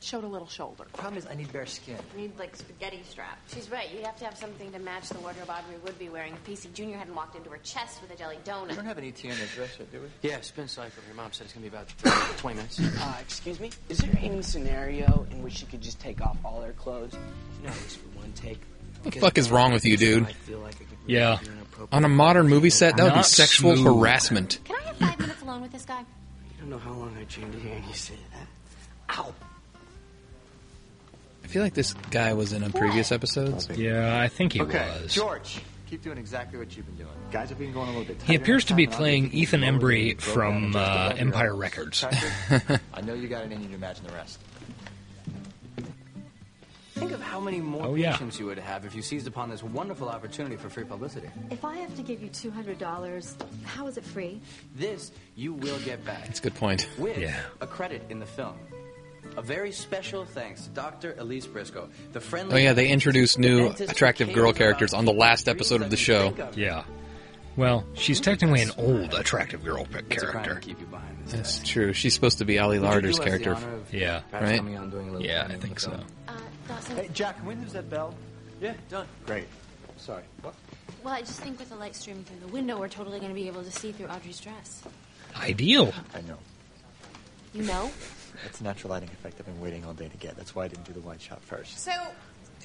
[SPEAKER 10] showed a little shoulder.
[SPEAKER 5] Problem is, <laughs> I need bare skin.
[SPEAKER 9] Need like spaghetti straps.
[SPEAKER 4] She's right. You'd have to have something to match the wardrobe Audrey would be wearing if PC Junior hadn't walked into her chest with a jelly
[SPEAKER 5] We
[SPEAKER 4] donut.
[SPEAKER 5] don't have an ETA on the dress yet, do we?
[SPEAKER 7] Yeah, spin cycle. Your mom said it's gonna be about <coughs> 30, 20 minutes.
[SPEAKER 11] Uh, excuse me? Is there any scenario in which she could just take off all her clothes?
[SPEAKER 7] No, just for one take.
[SPEAKER 3] What the fuck is wrong with you, dude?
[SPEAKER 2] Yeah.
[SPEAKER 3] On a modern movie set, that would be
[SPEAKER 2] Not
[SPEAKER 3] sexual
[SPEAKER 2] smooth.
[SPEAKER 3] harassment.
[SPEAKER 4] Can I have five minutes alone with this guy?
[SPEAKER 7] I don't know how long I dreamed of hearing you say that. Ow.
[SPEAKER 3] I feel like this guy was in on previous episodes.
[SPEAKER 2] Yeah, I think he
[SPEAKER 5] okay,
[SPEAKER 2] was.
[SPEAKER 5] George, keep doing exactly what you've been doing. Guys, if we can go on a little bit.
[SPEAKER 2] He
[SPEAKER 5] tighter
[SPEAKER 2] appears
[SPEAKER 5] next
[SPEAKER 2] to be
[SPEAKER 5] time, I'll
[SPEAKER 2] playing
[SPEAKER 5] keep you
[SPEAKER 2] Ethan
[SPEAKER 5] lower than
[SPEAKER 2] Embry
[SPEAKER 5] you broke down
[SPEAKER 2] from
[SPEAKER 5] and adjusted
[SPEAKER 2] uh,
[SPEAKER 5] above your
[SPEAKER 2] Empire
[SPEAKER 5] elbows.
[SPEAKER 2] Records. <laughs>
[SPEAKER 5] Tucker, I know you got it in you to imagine the rest.
[SPEAKER 7] Think of how many more
[SPEAKER 2] Oh, yeah.
[SPEAKER 7] patients you would have if you seized upon this wonderful opportunity for free publicity.
[SPEAKER 12] If I have to give you $200, how is it free?
[SPEAKER 7] This you will get back.
[SPEAKER 3] That's a good point.
[SPEAKER 7] With
[SPEAKER 3] Yeah.
[SPEAKER 7] a credit in the film. A very special thanks to Dr. Elise Briscoe, the friendly.
[SPEAKER 3] Oh yeah, they introduced new
[SPEAKER 7] dentist
[SPEAKER 3] attractive
[SPEAKER 7] who
[SPEAKER 3] girl
[SPEAKER 7] came
[SPEAKER 3] characters
[SPEAKER 7] about
[SPEAKER 3] on the last episode of the show.
[SPEAKER 2] Yeah. Well, she's technically an old, attractive girl pic
[SPEAKER 7] trying to
[SPEAKER 2] character.
[SPEAKER 7] keep you behind this.
[SPEAKER 3] That's true. She's supposed to be Ali
[SPEAKER 7] Would you
[SPEAKER 3] Larder's
[SPEAKER 7] do us the
[SPEAKER 3] character.
[SPEAKER 7] honor of
[SPEAKER 2] Yeah.
[SPEAKER 7] perhaps
[SPEAKER 3] Right?
[SPEAKER 7] coming on doing a little
[SPEAKER 2] Yeah,
[SPEAKER 7] thing
[SPEAKER 2] I
[SPEAKER 7] in
[SPEAKER 2] think
[SPEAKER 7] the
[SPEAKER 2] so.
[SPEAKER 7] film?
[SPEAKER 4] Uh, Dawson.
[SPEAKER 5] Hey, Jack, can we lose that bell?
[SPEAKER 7] Yeah, done.
[SPEAKER 5] Great. Sorry. What?
[SPEAKER 4] Well, I just think with the light streaming through the window, we're totally going to be able to see through Audrey's dress.
[SPEAKER 2] Ideal.
[SPEAKER 5] I know.
[SPEAKER 4] You know?
[SPEAKER 5] That's a natural lighting effect I've been waiting all day to get. That's why I didn't do the wide shot first.
[SPEAKER 13] So,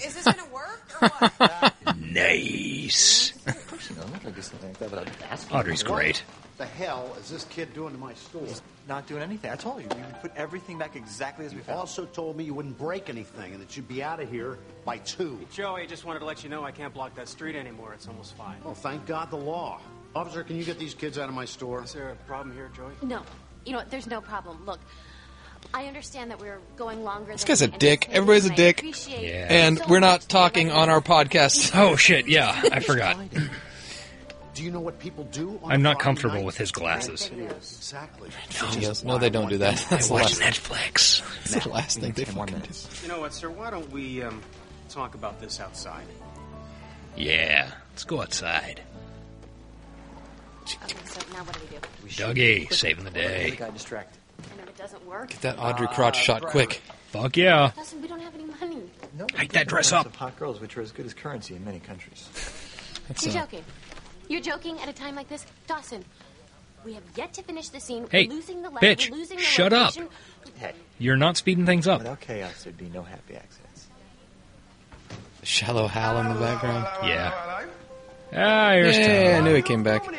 [SPEAKER 13] is this gonna work or what?
[SPEAKER 2] Nice.
[SPEAKER 5] You know, I'm not gonna do something like that without asking.
[SPEAKER 2] Audrey's great.
[SPEAKER 5] What the hell is this kid doing to my store? He's not doing anything. I told you, we would put everything back exactly as we
[SPEAKER 14] You
[SPEAKER 5] found.
[SPEAKER 14] also told me you wouldn't break anything and that you'd be out of here by two.
[SPEAKER 8] Joey, just wanted to let you know I can't block that street anymore. It's almost five.
[SPEAKER 14] Well, thank God the law. Officer, can you get these kids out of my store?
[SPEAKER 8] Is there a problem here, Joey?
[SPEAKER 4] No. You know what? There's no problem. Look, I understand that we're going longer.
[SPEAKER 3] This
[SPEAKER 4] than
[SPEAKER 3] guy's a
[SPEAKER 4] any
[SPEAKER 3] dick.
[SPEAKER 4] stated,
[SPEAKER 3] Everybody's
[SPEAKER 4] and
[SPEAKER 3] a
[SPEAKER 4] I
[SPEAKER 3] dick.
[SPEAKER 4] appreciate
[SPEAKER 3] And
[SPEAKER 4] so
[SPEAKER 3] we're
[SPEAKER 4] much
[SPEAKER 3] not
[SPEAKER 4] that you're
[SPEAKER 3] talking on our podcast. <laughs>
[SPEAKER 2] Oh shit, <laughs> yeah, I forgot.
[SPEAKER 14] Do you know what people do? On
[SPEAKER 2] I'm
[SPEAKER 14] a
[SPEAKER 2] not
[SPEAKER 14] Friday
[SPEAKER 2] comfortable
[SPEAKER 14] night?
[SPEAKER 2] with his glasses.
[SPEAKER 14] Exactly.
[SPEAKER 3] Videos. No, they don't do that. <laughs> That's the
[SPEAKER 2] I watch
[SPEAKER 3] last
[SPEAKER 2] Netflix.
[SPEAKER 3] That's the last thing they fucking do.
[SPEAKER 8] You know what, sir? Why don't we um, talk about this outside?
[SPEAKER 2] Yeah, let's go outside.
[SPEAKER 4] Okay, so now what do we do?
[SPEAKER 2] Dougie, saving the day.
[SPEAKER 5] got distracted.
[SPEAKER 4] And if it doesn't work,
[SPEAKER 3] Get that Audrey crotch shot quick.
[SPEAKER 2] Fuck yeah.
[SPEAKER 4] Dawson, we don't have any money.
[SPEAKER 5] No,
[SPEAKER 2] Hike that dress up.
[SPEAKER 5] Of hot girls, which are as good as currency in many countries.
[SPEAKER 4] You're joking. You're joking at a time like this, Dawson. We have yet to finish the scene.
[SPEAKER 2] Hey,
[SPEAKER 4] we're losing the light.
[SPEAKER 2] bitch,
[SPEAKER 4] We're losing the
[SPEAKER 2] shut up.
[SPEAKER 4] location.
[SPEAKER 5] Hey,
[SPEAKER 2] You're not speeding things up.
[SPEAKER 5] without chaos, there'd be no happy accidents.
[SPEAKER 3] Shallow howl in the background.
[SPEAKER 2] Yeah. Ah, here's
[SPEAKER 3] Yay,
[SPEAKER 2] Tom.
[SPEAKER 3] I knew it came back. Oh.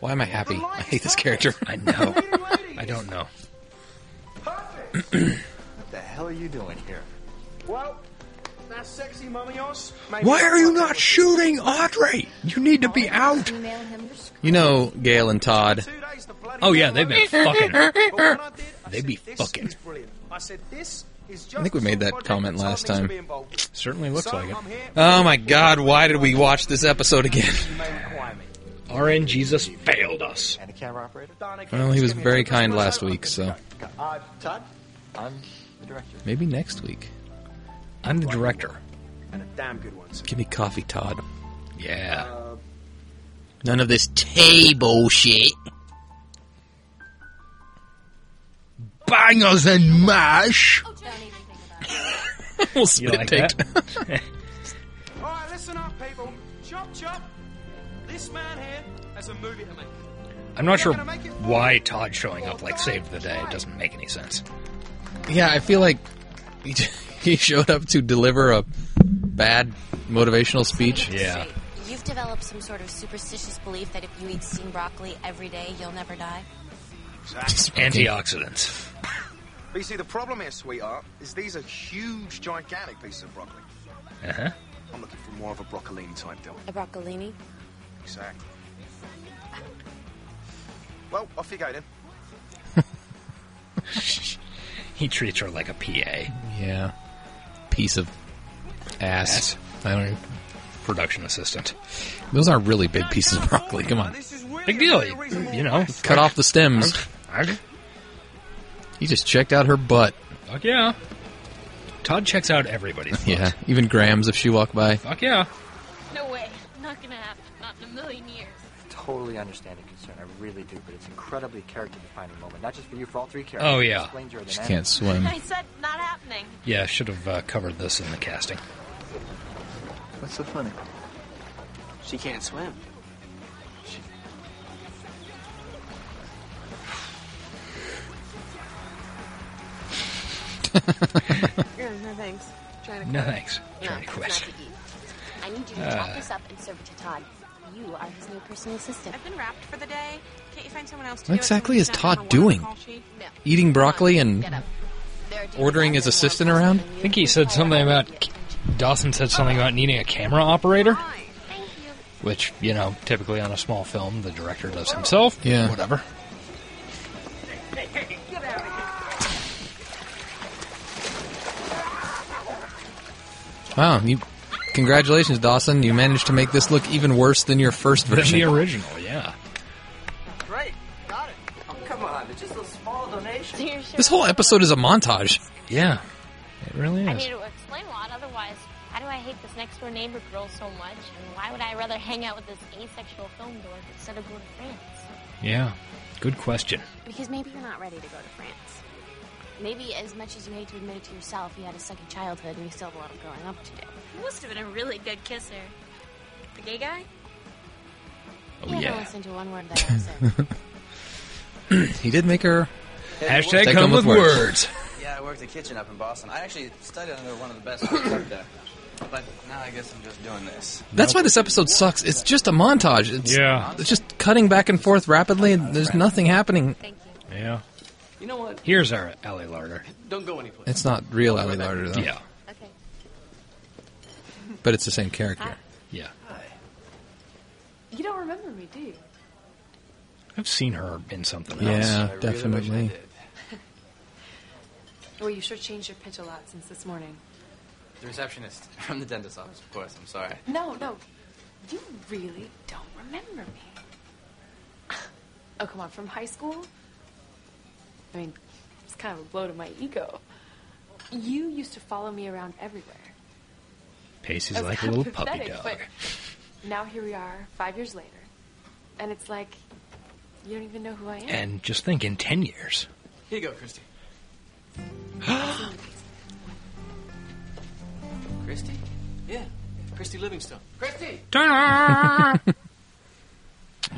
[SPEAKER 3] Why am I happy? I hate this character.
[SPEAKER 2] I know. I don't know.
[SPEAKER 5] What the hell are you doing here?
[SPEAKER 8] Well, not sexy, mama yours.
[SPEAKER 2] Why are you not shooting Audrey? You need to be out.
[SPEAKER 3] <laughs> You know Gail and Todd.
[SPEAKER 2] Oh yeah, they've been fucking.
[SPEAKER 3] They be fucking.
[SPEAKER 8] I said this is just
[SPEAKER 3] I think we made that comment last time.
[SPEAKER 2] Certainly looks like it.
[SPEAKER 15] <laughs>
[SPEAKER 3] Oh my god, why did we watch this episode again? <laughs>
[SPEAKER 2] RN Jesus failed us.
[SPEAKER 5] And a camera operator?
[SPEAKER 3] Well, he was very kind last week, so
[SPEAKER 5] Uh, Todd, I'm the director.
[SPEAKER 3] maybe next week.
[SPEAKER 2] I'm the director.
[SPEAKER 8] And a damn good one. sir.
[SPEAKER 3] Give me coffee, Todd.
[SPEAKER 2] Yeah.
[SPEAKER 3] None of this table shit.
[SPEAKER 1] Bangers and mash.
[SPEAKER 3] <laughs> We'll
[SPEAKER 2] You
[SPEAKER 3] split
[SPEAKER 2] like
[SPEAKER 3] take.
[SPEAKER 2] that? <laughs>
[SPEAKER 8] All right, listen up, people. Chop, chop. This man here has a movie to make.
[SPEAKER 2] I'm not sure why Todd showing up like saved the day. It doesn't make any sense.
[SPEAKER 3] <laughs> Yeah, I feel like he, <laughs> he showed up to deliver a bad motivational speech.
[SPEAKER 2] Yeah.
[SPEAKER 4] You've developed some sort of superstitious belief that if you eat steamed broccoli every day, you'll never die.
[SPEAKER 2] Antioxidants.
[SPEAKER 15] But you see, the problem here, sweetheart, is these are huge, gigantic pieces of broccoli.
[SPEAKER 2] Uh huh.
[SPEAKER 15] I'm looking for more of a broccolini type deal.
[SPEAKER 4] A broccolini?
[SPEAKER 15] Exactly. Well, off you go then.
[SPEAKER 2] He treats her like a PA.
[SPEAKER 3] Yeah. Piece of ass. I don't even-
[SPEAKER 2] Production assistant.
[SPEAKER 3] Those aren't really big pieces of broccoli. Come on.
[SPEAKER 2] Big deal. You, you know.
[SPEAKER 3] Cut off the stems. He just checked out her butt.
[SPEAKER 2] Fuck yeah. Todd checks out everybody's butt.
[SPEAKER 3] <laughs> Yeah, even grams if she walked by.
[SPEAKER 2] Fuck yeah.
[SPEAKER 9] No way. Not gonna happen. Not in a million years.
[SPEAKER 5] totally understand and concern. I really do, but it's incredibly character-defining moment, not just for you, for all three characters.
[SPEAKER 2] Oh, yeah.
[SPEAKER 5] Explained to her the
[SPEAKER 2] She
[SPEAKER 5] man-
[SPEAKER 2] can't swim.
[SPEAKER 9] I said not happening.
[SPEAKER 2] Yeah, I should have uh, covered this in the casting.
[SPEAKER 5] What's so funny?
[SPEAKER 7] She can't swim.
[SPEAKER 13] Yeah, no thanks. Trying
[SPEAKER 2] No thanks.
[SPEAKER 4] No,
[SPEAKER 2] Trying to
[SPEAKER 4] it's
[SPEAKER 2] quit.
[SPEAKER 4] not to eat. I need you to chop
[SPEAKER 2] Uh.
[SPEAKER 4] this up and serve it to Todd. You are his new personal assistant. I've
[SPEAKER 13] been wrapped for the day. Can't you find someone else to
[SPEAKER 3] What
[SPEAKER 13] do it
[SPEAKER 3] exactly
[SPEAKER 13] so
[SPEAKER 3] is
[SPEAKER 13] it's not on
[SPEAKER 3] Todd
[SPEAKER 13] a one-call
[SPEAKER 3] doing?
[SPEAKER 13] sheet?
[SPEAKER 3] Eating broccoli and ordering his assistant around?
[SPEAKER 2] I think he said something about. Dawson said something about needing a camera operator. Which, you know, typically on a small film, the director does himself.
[SPEAKER 3] Yeah.
[SPEAKER 2] Whatever.
[SPEAKER 3] Wow, you congratulations, Dawson. You managed to make this look even worse than your first
[SPEAKER 2] Than
[SPEAKER 3] version.
[SPEAKER 2] the original, yeah.
[SPEAKER 11] Great, got it. Oh, come on, it's just a small donation.
[SPEAKER 3] This whole episode is a montage.
[SPEAKER 2] Yeah. It really
[SPEAKER 4] I
[SPEAKER 2] is.
[SPEAKER 4] need to explain a lot, otherwise, how do I hate this next door neighbor girl so much? And why would I rather hang out with this asexual film dork instead of go to France?
[SPEAKER 2] Yeah. Good question.
[SPEAKER 4] Because maybe you're not ready to go to France. Maybe as much as you hate to admit it to yourself, you had a second childhood and you still have a lot of growing up to do. You must have been a really good kisser. The gay guy?
[SPEAKER 2] Oh,
[SPEAKER 4] you
[SPEAKER 2] yeah.
[SPEAKER 4] haven't listened to one word that
[SPEAKER 2] <laughs>
[SPEAKER 4] I've said.
[SPEAKER 3] he did make her.
[SPEAKER 2] Hashtag come with words.
[SPEAKER 16] Yeah, I worked the kitchen up in Boston. I actually studied under one of the best cooks up there. But now I guess I'm just doing this.
[SPEAKER 3] That's why this episode sucks. It's just a montage. It's,
[SPEAKER 2] Yeah.
[SPEAKER 3] It's just cutting back and forth rapidly, and there's nothing happening.
[SPEAKER 2] Yeah.
[SPEAKER 7] You know what?
[SPEAKER 2] Here's our alley larder. Oh.
[SPEAKER 7] Don't go anyplace.
[SPEAKER 3] It's not real Ellie Larder, though.
[SPEAKER 2] Yeah.
[SPEAKER 4] Okay.
[SPEAKER 3] But it's the same character.
[SPEAKER 2] Yeah.
[SPEAKER 9] You don't remember me, do you?
[SPEAKER 2] I've seen her in something
[SPEAKER 3] Yeah,
[SPEAKER 2] else.
[SPEAKER 3] definitely.
[SPEAKER 9] Well, you sure changed your pitch a lot since this morning.
[SPEAKER 16] The receptionist <laughs> from the dentist's office, of course. I'm sorry.
[SPEAKER 9] No, no. You really don't remember me. Oh, come on, from high school? I mean, it's kind of a blow to my ego. You used to follow me around everywhere.
[SPEAKER 2] Pacey's
[SPEAKER 9] That's
[SPEAKER 2] like a
[SPEAKER 9] kinda
[SPEAKER 2] little puppy
[SPEAKER 9] pathetic,
[SPEAKER 2] dog.
[SPEAKER 9] but now here we are, five years later, and it's like you don't even know who I am.
[SPEAKER 2] And just think, in 10 years.
[SPEAKER 16] Here you go, Christy. <gasps>
[SPEAKER 7] Christy? Yeah. Christy Livingstone. Christy!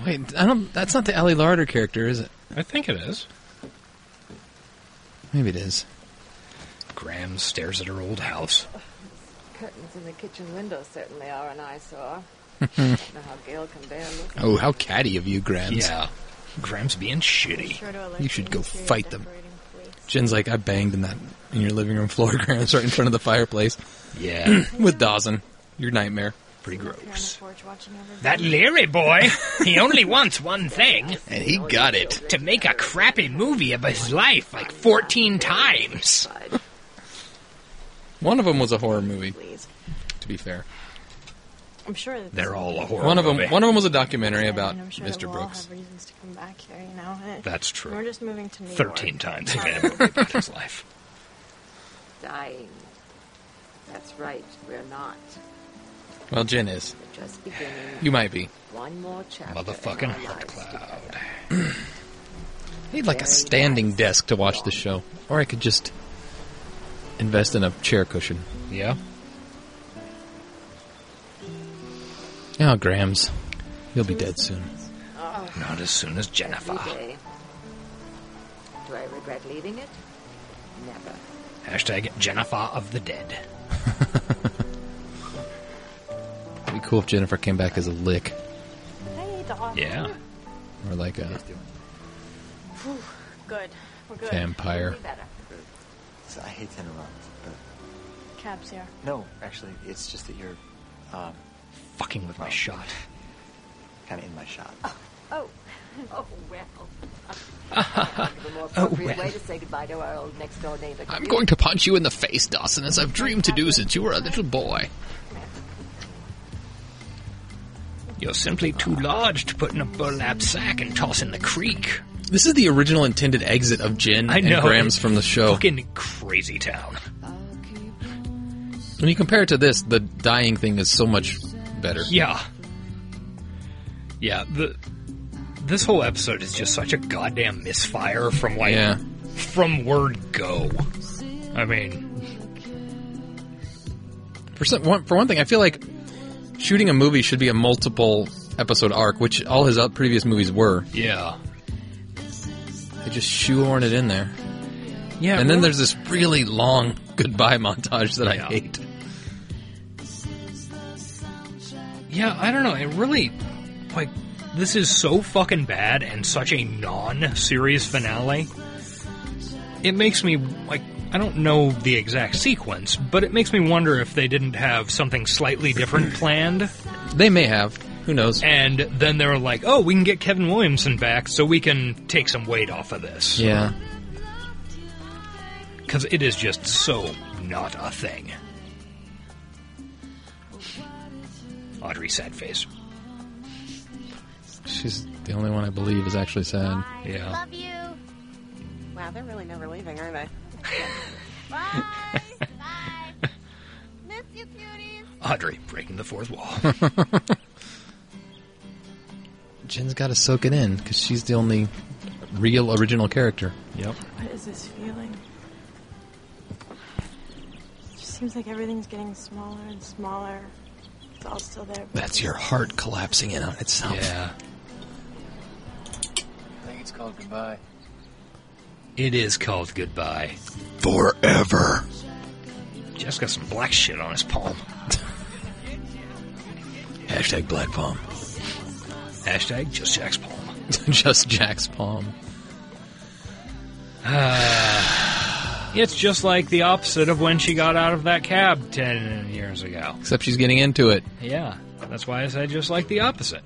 [SPEAKER 3] Wait, I don't. That's not the Ellie Larder character, is it?
[SPEAKER 2] I think it is.
[SPEAKER 3] Maybe it is.
[SPEAKER 2] Graham stares at her old house.
[SPEAKER 17] Curtains in the kitchen window certainly are an eyesore. I don't know how Gail can bear looking.
[SPEAKER 3] Oh, how catty of you, Grams.
[SPEAKER 2] Yeah. Graham's being shitty.
[SPEAKER 18] Oh,
[SPEAKER 3] You should go fight them. Jen's like, I banged in that in your living room floor, <laughs> Grams, right in front of the fireplace.
[SPEAKER 2] Yeah.
[SPEAKER 3] With Dawson. Your nightmare.
[SPEAKER 2] <clears throat> Pretty gross.
[SPEAKER 1] That Leary boy, he only wants one thing.
[SPEAKER 3] And he got it.
[SPEAKER 1] To make a crappy movie about his life like 14 times.
[SPEAKER 3] One of them was a horror movie. To be fair,
[SPEAKER 18] I'm sure that
[SPEAKER 2] They're all a horror
[SPEAKER 3] one of them
[SPEAKER 2] movie.
[SPEAKER 3] one of them was a documentary about
[SPEAKER 18] and I'm sure that
[SPEAKER 3] Mr.
[SPEAKER 18] we'll all
[SPEAKER 3] Brooks.
[SPEAKER 18] have reasons to come back here, you know. and it-
[SPEAKER 2] That's true.
[SPEAKER 18] We're just moving to New York.
[SPEAKER 2] 13 times he made a movie about his life.
[SPEAKER 17] Dying. That's right, we're not.
[SPEAKER 3] Well, Jen is.
[SPEAKER 17] We're just beginning.
[SPEAKER 3] You might be.
[SPEAKER 17] One more chapter.
[SPEAKER 3] Motherfucking
[SPEAKER 17] heart
[SPEAKER 3] I <clears throat> need like a standing desk to watch this show, or I could just invest in a chair cushion.
[SPEAKER 2] Yeah.
[SPEAKER 3] Oh, Grams, you'll be dead soon.
[SPEAKER 2] Not as soon as Jennifer.
[SPEAKER 17] Do I regret leaving it? Never.
[SPEAKER 2] Hashtag Jennifer of the Dead.
[SPEAKER 3] It'd be cool if Jennifer came back as a lick,
[SPEAKER 18] Hey, Dawn.
[SPEAKER 2] Yeah.
[SPEAKER 3] or like a
[SPEAKER 18] Phew, good. We're good.
[SPEAKER 3] Vampire.
[SPEAKER 18] We'll be better.
[SPEAKER 5] So I hate to interrupt, but
[SPEAKER 18] Cab's here.
[SPEAKER 5] no, actually, it's just that you're um,
[SPEAKER 2] fucking with my shot.
[SPEAKER 5] Kind of in my shot.
[SPEAKER 4] <laughs>
[SPEAKER 17] Oh. Oh,
[SPEAKER 3] <laughs>
[SPEAKER 17] well. the more
[SPEAKER 3] Oh,
[SPEAKER 17] appropriate
[SPEAKER 3] well.
[SPEAKER 17] way to say goodbye to our old next door neighbor.
[SPEAKER 3] I'm going to punch you in the face, Dawson, as I've dreamed to do since you were a little boy.
[SPEAKER 1] You're simply too large to put in a burlap sack and toss in the creek.
[SPEAKER 3] This is the original intended exit of Jen
[SPEAKER 2] I know.
[SPEAKER 3] and Grams from the show.
[SPEAKER 2] Fucking crazy town.
[SPEAKER 3] When you compare it to this, the dying thing is so much better.
[SPEAKER 2] Yeah. Yeah, the this whole episode is just such a goddamn misfire from like
[SPEAKER 3] Yeah.
[SPEAKER 2] from word go. I mean,
[SPEAKER 3] For some, one, for one thing, I feel like shooting a movie should be a multiple episode arc, which all his out- previous movies were.
[SPEAKER 2] yeah,
[SPEAKER 3] They just shoehorn it in there.
[SPEAKER 2] yeah.
[SPEAKER 3] and then
[SPEAKER 2] well-
[SPEAKER 3] there's this really long <laughs> goodbye montage that
[SPEAKER 2] Yeah.
[SPEAKER 3] I hate.
[SPEAKER 2] Yeah, I don't know. It really, like, this is so fucking bad and such a non-serious finale. It makes me like I don't know the exact sequence, but it makes me wonder if they didn't have something slightly <clears throat> different planned.
[SPEAKER 3] They may have. Who knows?
[SPEAKER 2] And then they were like, "Oh, we can get Kevin Williamson back, so we can take some weight off of this."
[SPEAKER 3] Yeah.
[SPEAKER 2] because it is just so not a thing. Audrey, sad face.
[SPEAKER 3] She's the only one I believe is actually sad.
[SPEAKER 2] Yeah.
[SPEAKER 4] you.
[SPEAKER 13] Wow, they're really never leaving, are they?
[SPEAKER 4] Bye. Bye. Miss you, cuties.
[SPEAKER 2] Audrey breaking the fourth wall.
[SPEAKER 3] Jen's got to soak it in because she's the only real original character.
[SPEAKER 2] <laughs> Yep.
[SPEAKER 13] What is this feeling? It just seems like everything's getting smaller and smaller. It's all still there. but
[SPEAKER 3] That's your heart collapsing in on itself.
[SPEAKER 2] Yeah.
[SPEAKER 16] I think it's called goodbye.
[SPEAKER 2] It is called Goodbye.
[SPEAKER 3] Forever.
[SPEAKER 2] Jeff's got some black shit on his palm.
[SPEAKER 3] Hashtag Black Palm. <laughs>
[SPEAKER 2] Hashtag just Jack's palm.
[SPEAKER 3] Just Jack's palm.
[SPEAKER 2] It's just like the opposite of when she got out of that cab 10 years ago.
[SPEAKER 3] Except she's getting into it.
[SPEAKER 2] Yeah, that's why I said just like the opposite.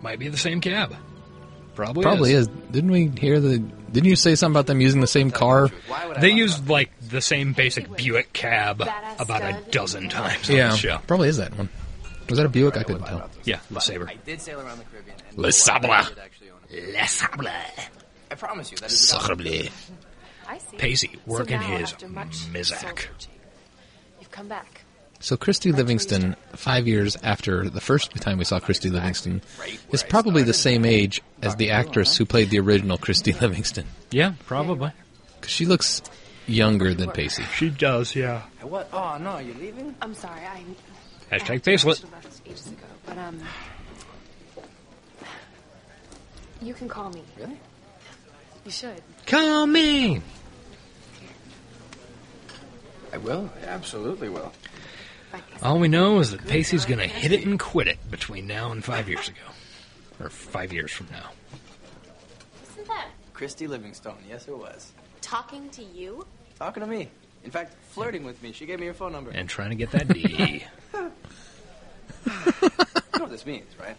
[SPEAKER 2] Might be the same cab. Probably,
[SPEAKER 3] Probably is. Didn't we hear the? Didn't you say something about them using the same car?
[SPEAKER 2] They used like the same basic Buick cab about a dozen times on
[SPEAKER 3] Yeah,
[SPEAKER 2] the show.
[SPEAKER 3] probably is that one. Was that a Buick? I couldn't tell.
[SPEAKER 2] Yeah, the Saber.
[SPEAKER 16] I did sail around the Caribbean. And
[SPEAKER 3] Le Sable.
[SPEAKER 2] Le Sable.
[SPEAKER 16] I promise you, that is a gospel.
[SPEAKER 2] Sable.
[SPEAKER 9] I see.
[SPEAKER 2] Pacey working
[SPEAKER 9] so now,
[SPEAKER 2] his
[SPEAKER 9] after much soul
[SPEAKER 2] Mizak.
[SPEAKER 9] searching, You've come back.
[SPEAKER 3] So Christy Livingston, five years after the first time we saw Christy Livingston, is probably the same age as the actress who played the original Christy <laughs> Livingston.
[SPEAKER 2] Yeah, probably.
[SPEAKER 3] Because she looks younger than Pacey.
[SPEAKER 2] She does, yeah.
[SPEAKER 16] What? Oh no, you're leaving?
[SPEAKER 9] I'm sorry. I,
[SPEAKER 2] Hashtag faceless.
[SPEAKER 9] about this ages ago, but um, you can call me. Really? You should.
[SPEAKER 2] Call me.
[SPEAKER 16] I will. I absolutely will.
[SPEAKER 2] All we know is that Pacey's going to hit it and quit it between now and five years ago. Or five years from now.
[SPEAKER 4] Isn't that
[SPEAKER 16] Christy Livingstone. Yes, it was.
[SPEAKER 4] talking to you?
[SPEAKER 16] Talking to me. In fact, flirting with me. She gave me her phone number.
[SPEAKER 2] And trying to get that
[SPEAKER 16] <laughs>
[SPEAKER 2] D.
[SPEAKER 16] You know what this means, right?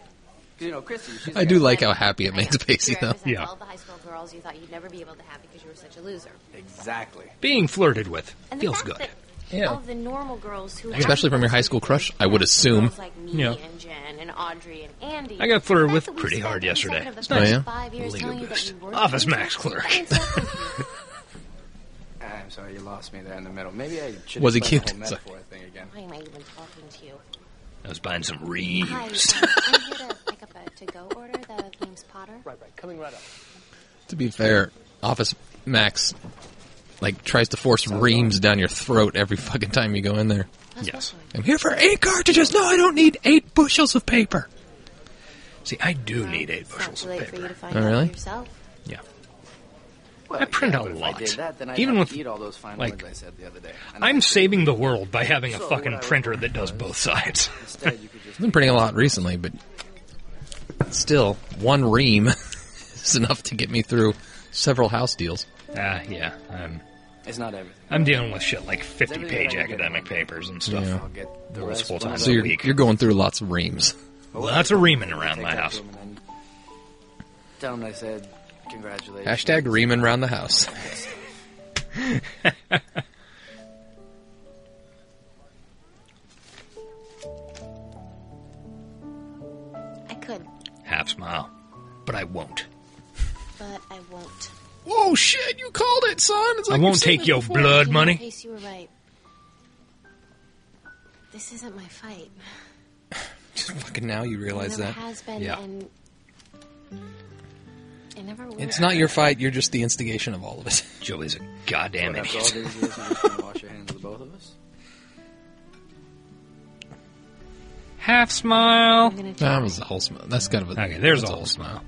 [SPEAKER 16] 'Cause, you know, Christy. She's
[SPEAKER 3] I do like how happy it makes Pacey though.
[SPEAKER 4] Represent All the high school girls you thought you'd never be able to have because you were such a loser.
[SPEAKER 16] Exactly.
[SPEAKER 2] Being flirted with
[SPEAKER 4] And the
[SPEAKER 2] feels
[SPEAKER 4] fact
[SPEAKER 2] good.
[SPEAKER 4] That
[SPEAKER 3] Yeah.
[SPEAKER 4] All the normal girls who
[SPEAKER 3] Especially from your high school crush, I would assume.
[SPEAKER 4] Girls like me
[SPEAKER 3] Yeah.
[SPEAKER 4] and Jen and Audrey and Andy.
[SPEAKER 2] I got flirted
[SPEAKER 4] The
[SPEAKER 2] with
[SPEAKER 4] fact that we
[SPEAKER 2] pretty
[SPEAKER 4] spent
[SPEAKER 2] hard
[SPEAKER 4] the
[SPEAKER 2] yesterday.
[SPEAKER 4] second of the
[SPEAKER 2] It's
[SPEAKER 4] first
[SPEAKER 2] nice.
[SPEAKER 4] five years
[SPEAKER 2] Legal
[SPEAKER 4] telling you that
[SPEAKER 2] boost.
[SPEAKER 4] you weren't
[SPEAKER 2] Office
[SPEAKER 4] going
[SPEAKER 2] Max
[SPEAKER 4] to-
[SPEAKER 2] clerk. <laughs>
[SPEAKER 16] I'm sorry, you lost me there in the middle. Maybe I should
[SPEAKER 2] Was he
[SPEAKER 16] explain
[SPEAKER 2] cute?
[SPEAKER 16] The whole
[SPEAKER 2] Sorry.
[SPEAKER 16] metaphor thing again.
[SPEAKER 4] Why am I even talking to you?
[SPEAKER 2] I was buying some
[SPEAKER 3] <laughs>
[SPEAKER 4] Hi,
[SPEAKER 2] reams.
[SPEAKER 4] um, I'm here to pick up a to-go order. The name's Potter.
[SPEAKER 16] Right, right. Coming right up.
[SPEAKER 3] To be fair, Office Max like tries to force reams down your throat every fucking time you go in there.
[SPEAKER 2] Yes.
[SPEAKER 3] I'm here for eight cartridges. No, I don't need eight bushels of paper.
[SPEAKER 2] See, I do need eight bushels
[SPEAKER 4] Too
[SPEAKER 2] of
[SPEAKER 4] late for you
[SPEAKER 2] paper.
[SPEAKER 4] to find
[SPEAKER 3] Oh,
[SPEAKER 4] out
[SPEAKER 3] really?
[SPEAKER 4] yourself.
[SPEAKER 2] Yeah.
[SPEAKER 16] Well,
[SPEAKER 2] I print
[SPEAKER 16] yeah,
[SPEAKER 2] a
[SPEAKER 16] but if
[SPEAKER 2] lot.
[SPEAKER 16] I did that, then I'd
[SPEAKER 2] Even
[SPEAKER 16] have to
[SPEAKER 2] with,
[SPEAKER 16] eat all those fine
[SPEAKER 2] like,
[SPEAKER 16] words I said the other day. And
[SPEAKER 2] I'm saving the world by having a
[SPEAKER 16] So
[SPEAKER 2] fucking
[SPEAKER 16] what I-
[SPEAKER 2] printer that does both sides. <laughs>
[SPEAKER 16] Instead, you could just
[SPEAKER 3] I've been printing a lot recently, but still, one ream <laughs> is enough to get me through several house deals.
[SPEAKER 2] Ah, yeah. I'm,
[SPEAKER 16] It's not everything.
[SPEAKER 2] I'm dealing with shit like 50
[SPEAKER 16] everything I
[SPEAKER 2] page
[SPEAKER 16] can get.
[SPEAKER 2] academic papers and stuff.
[SPEAKER 3] Yeah.
[SPEAKER 16] I'll get the rest
[SPEAKER 2] Multiple
[SPEAKER 16] when I'm
[SPEAKER 2] times
[SPEAKER 3] So
[SPEAKER 2] a
[SPEAKER 3] you're,
[SPEAKER 2] week.
[SPEAKER 3] you're going through lots of reams.
[SPEAKER 2] Lots of reaming around my house.
[SPEAKER 16] Tell him I said congratulations.
[SPEAKER 3] Hashtag reaming around the house.
[SPEAKER 4] I could,
[SPEAKER 2] Half smile. But I won't.
[SPEAKER 4] but I won't.
[SPEAKER 3] Whoa, shit, you called it, son. It's
[SPEAKER 2] I won't take your blood
[SPEAKER 4] You know, In
[SPEAKER 2] money.
[SPEAKER 4] case you were right. This isn't my fight.
[SPEAKER 3] fucking now you realize
[SPEAKER 4] it never
[SPEAKER 3] that.
[SPEAKER 4] has been,
[SPEAKER 3] yeah.
[SPEAKER 4] and it never will.
[SPEAKER 3] It's not your fight. You're just the instigation of all of it. <laughs>
[SPEAKER 2] Joey's a goddamn
[SPEAKER 19] After all
[SPEAKER 2] idiot.
[SPEAKER 19] these years, you're just gonna wash your hands of the both of us?
[SPEAKER 2] Half smile.
[SPEAKER 3] That was the whole smile. That's kind of a
[SPEAKER 2] Okay, there's
[SPEAKER 3] that's
[SPEAKER 2] a whole smile.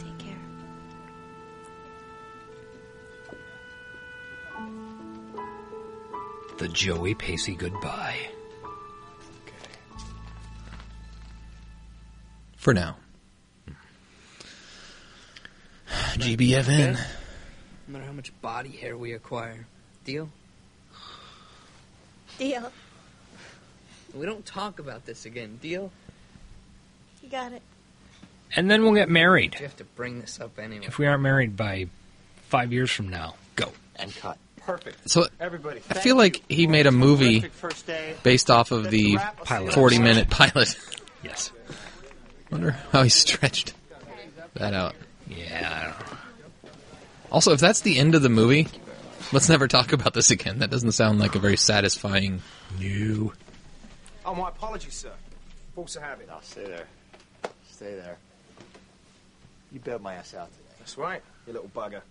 [SPEAKER 6] Take care.
[SPEAKER 2] The Joey Pacey goodbye.
[SPEAKER 3] for now. GBFN.
[SPEAKER 7] No matter how much body hair we acquire. Deal?
[SPEAKER 6] Deal.
[SPEAKER 7] We don't talk about this again. Deal?
[SPEAKER 6] You got it.
[SPEAKER 2] And then we'll get married.
[SPEAKER 7] You have to bring this up anyway.
[SPEAKER 2] If we aren't married by five years from now, go.
[SPEAKER 20] And cut.
[SPEAKER 21] Perfect.
[SPEAKER 3] So
[SPEAKER 21] everybody,
[SPEAKER 3] I feel like he made a movie
[SPEAKER 21] first day.
[SPEAKER 3] based off of the
[SPEAKER 2] Pilot.
[SPEAKER 3] 40 minute pilot. <laughs>
[SPEAKER 2] Yes.
[SPEAKER 3] Wonder how he stretched that out.
[SPEAKER 2] Yeah. I don't know.
[SPEAKER 3] Also, if that's the end of the movie, let's never talk about this again. That doesn't sound like a very satisfying new.
[SPEAKER 5] Oh, my apologies, sir. Force of habit.
[SPEAKER 20] I'll stay there. Stay there. You bailed my ass out today.
[SPEAKER 5] That's right, you little bugger.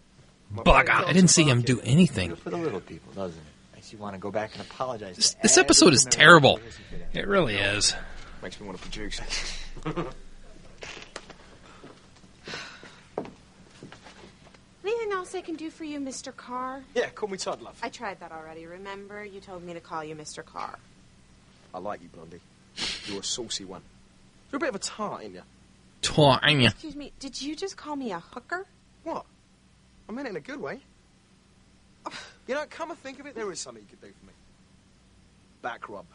[SPEAKER 5] My
[SPEAKER 3] I didn't see him do anything.
[SPEAKER 20] Good for the little people, doesn't it? Makes you want to go back and apologize.
[SPEAKER 3] This,
[SPEAKER 20] to
[SPEAKER 3] this episode is
[SPEAKER 20] everyone.
[SPEAKER 3] terrible.
[SPEAKER 2] It really is.
[SPEAKER 5] Makes me want to produce.
[SPEAKER 6] Anything else I can do for you, Mr. Carr?
[SPEAKER 5] yeah, call me Todd, love.
[SPEAKER 6] I tried that already. Remember, you told me to call you Mr. Carr.
[SPEAKER 5] I like you, Blondie. You're a saucy one. You're a bit of a tart, ain't you?
[SPEAKER 3] Twang.
[SPEAKER 6] Excuse me, did you just call me a hooker?
[SPEAKER 5] What? I meant it in a good way. You know, come and think of it, there is something you could do for me. Back rub.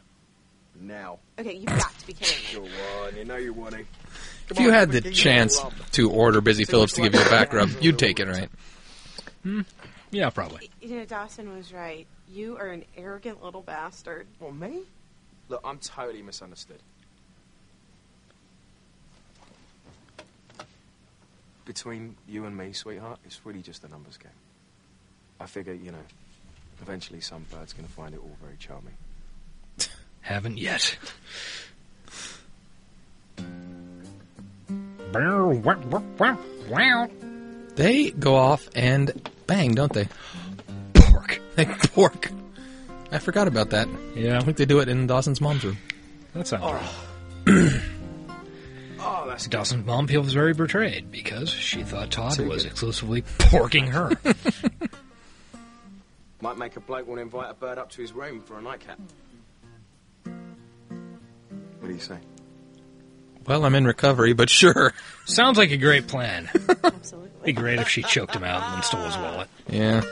[SPEAKER 5] Now.
[SPEAKER 6] Okay, <laughs> you've got to be kidding me.
[SPEAKER 5] You're one, you know you're one. eh?
[SPEAKER 3] If
[SPEAKER 5] Come
[SPEAKER 3] you
[SPEAKER 5] on,
[SPEAKER 3] had
[SPEAKER 5] give
[SPEAKER 3] the
[SPEAKER 5] me a
[SPEAKER 3] chance
[SPEAKER 5] rub.
[SPEAKER 3] to order Busy Phillips to give you a back rub, you'd take it, right?
[SPEAKER 2] Yeah, probably.
[SPEAKER 6] You know, Dawson was right. You are an arrogant little bastard.
[SPEAKER 5] Well, me? Look, I'm totally misunderstood. Between you and me, sweetheart, it's really just a numbers game. I figure, you know, eventually some bird's going to find it all very charming.
[SPEAKER 2] Haven't yet.
[SPEAKER 3] They go off and bang, don't they? <laughs> Pork. They pork. I forgot about that.
[SPEAKER 2] Yeah.
[SPEAKER 3] I think they do it in Dawson's mom's room.
[SPEAKER 2] That sounds right. <clears throat>
[SPEAKER 5] Oh, that's
[SPEAKER 2] Dawson's mom feels very betrayed because she thought Todd
[SPEAKER 5] Too
[SPEAKER 2] was
[SPEAKER 5] good.
[SPEAKER 2] exclusively porking <laughs> her.
[SPEAKER 5] Might make a bloke want to invite a bird up to his room for a nightcap. What do you say?
[SPEAKER 3] Well, I'm in recovery, but sure.
[SPEAKER 2] Sounds like a great plan. Absolutely. Be great if she choked him out and then stole his wallet
[SPEAKER 3] Yeah.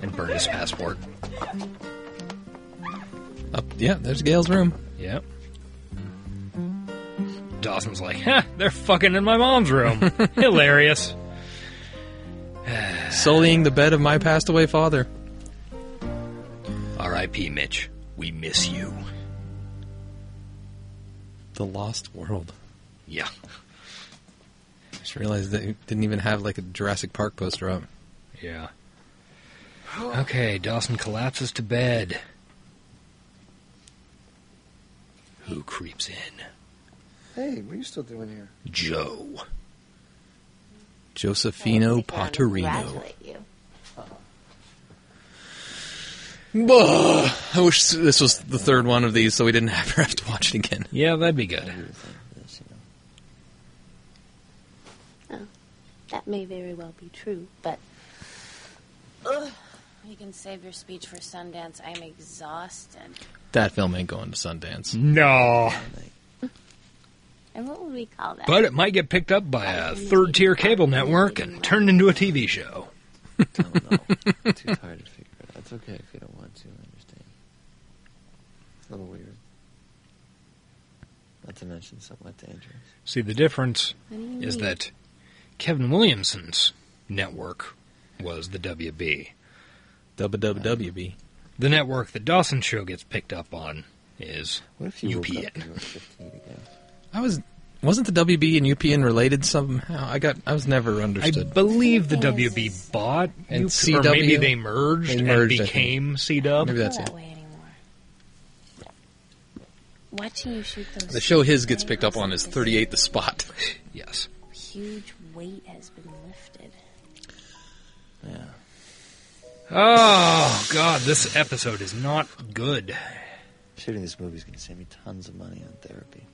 [SPEAKER 2] and burned his passport.
[SPEAKER 3] Up, yeah, there's Gail's room.
[SPEAKER 2] Yep. Dawson's like, huh, they're fucking in my mom's room. <laughs> Hilarious.
[SPEAKER 3] Sullying the bed of my passed away father.
[SPEAKER 2] R.I.P. Mitch. We miss you.
[SPEAKER 3] The Lost World.
[SPEAKER 2] Yeah.
[SPEAKER 3] I just realized they didn't even have like a Jurassic Park poster up.
[SPEAKER 2] Yeah. <gasps> Okay, Dawson collapses to bed. Who creeps in?
[SPEAKER 20] Hey, what are you still doing here?
[SPEAKER 2] Joe.
[SPEAKER 3] Josefino Potterino.
[SPEAKER 4] Congratulate you.
[SPEAKER 3] Bah! I wish this was the third one of these so we didn't <laughs> ever have to watch it again.
[SPEAKER 2] Yeah, that'd be good.
[SPEAKER 4] That may very well be true, but. Ugh, you can save your speech for Sundance. I'm exhausted.
[SPEAKER 3] That film ain't going to Sundance.
[SPEAKER 2] No.
[SPEAKER 4] And what would we call that?
[SPEAKER 2] But it might get picked up by a third tier cable network and turned into a TV show.
[SPEAKER 22] I'm too tired to figure it out. It's okay if you don't want to. I understand. It's a little weird. Not to mention somewhat dangerous.
[SPEAKER 2] See, the difference
[SPEAKER 22] What do you
[SPEAKER 2] is
[SPEAKER 22] mean?
[SPEAKER 2] that Kevin Williamson's network was the WB.
[SPEAKER 3] WWWB.
[SPEAKER 2] The network that Dawson Show gets picked up on is
[SPEAKER 22] What if you woke up
[SPEAKER 2] UPN.
[SPEAKER 22] and you were 15 again?
[SPEAKER 3] I was Wasn't the WB and UPN related somehow? I got I was never understood.
[SPEAKER 2] I believe the WB bought
[SPEAKER 3] And
[SPEAKER 2] UP, or maybe
[SPEAKER 3] CW?
[SPEAKER 2] they merged,
[SPEAKER 3] They merged, I
[SPEAKER 2] and
[SPEAKER 3] think.
[SPEAKER 2] became CW.
[SPEAKER 3] Maybe that's it.
[SPEAKER 9] Watching you shoot those.
[SPEAKER 3] The show his gets picked up on is 38 the spot.
[SPEAKER 2] yes.
[SPEAKER 9] Huge weight has been lifted.
[SPEAKER 5] Yeah.
[SPEAKER 2] Oh God, this episode is not good.
[SPEAKER 5] Shooting this movie is going to save me tons of money on therapy.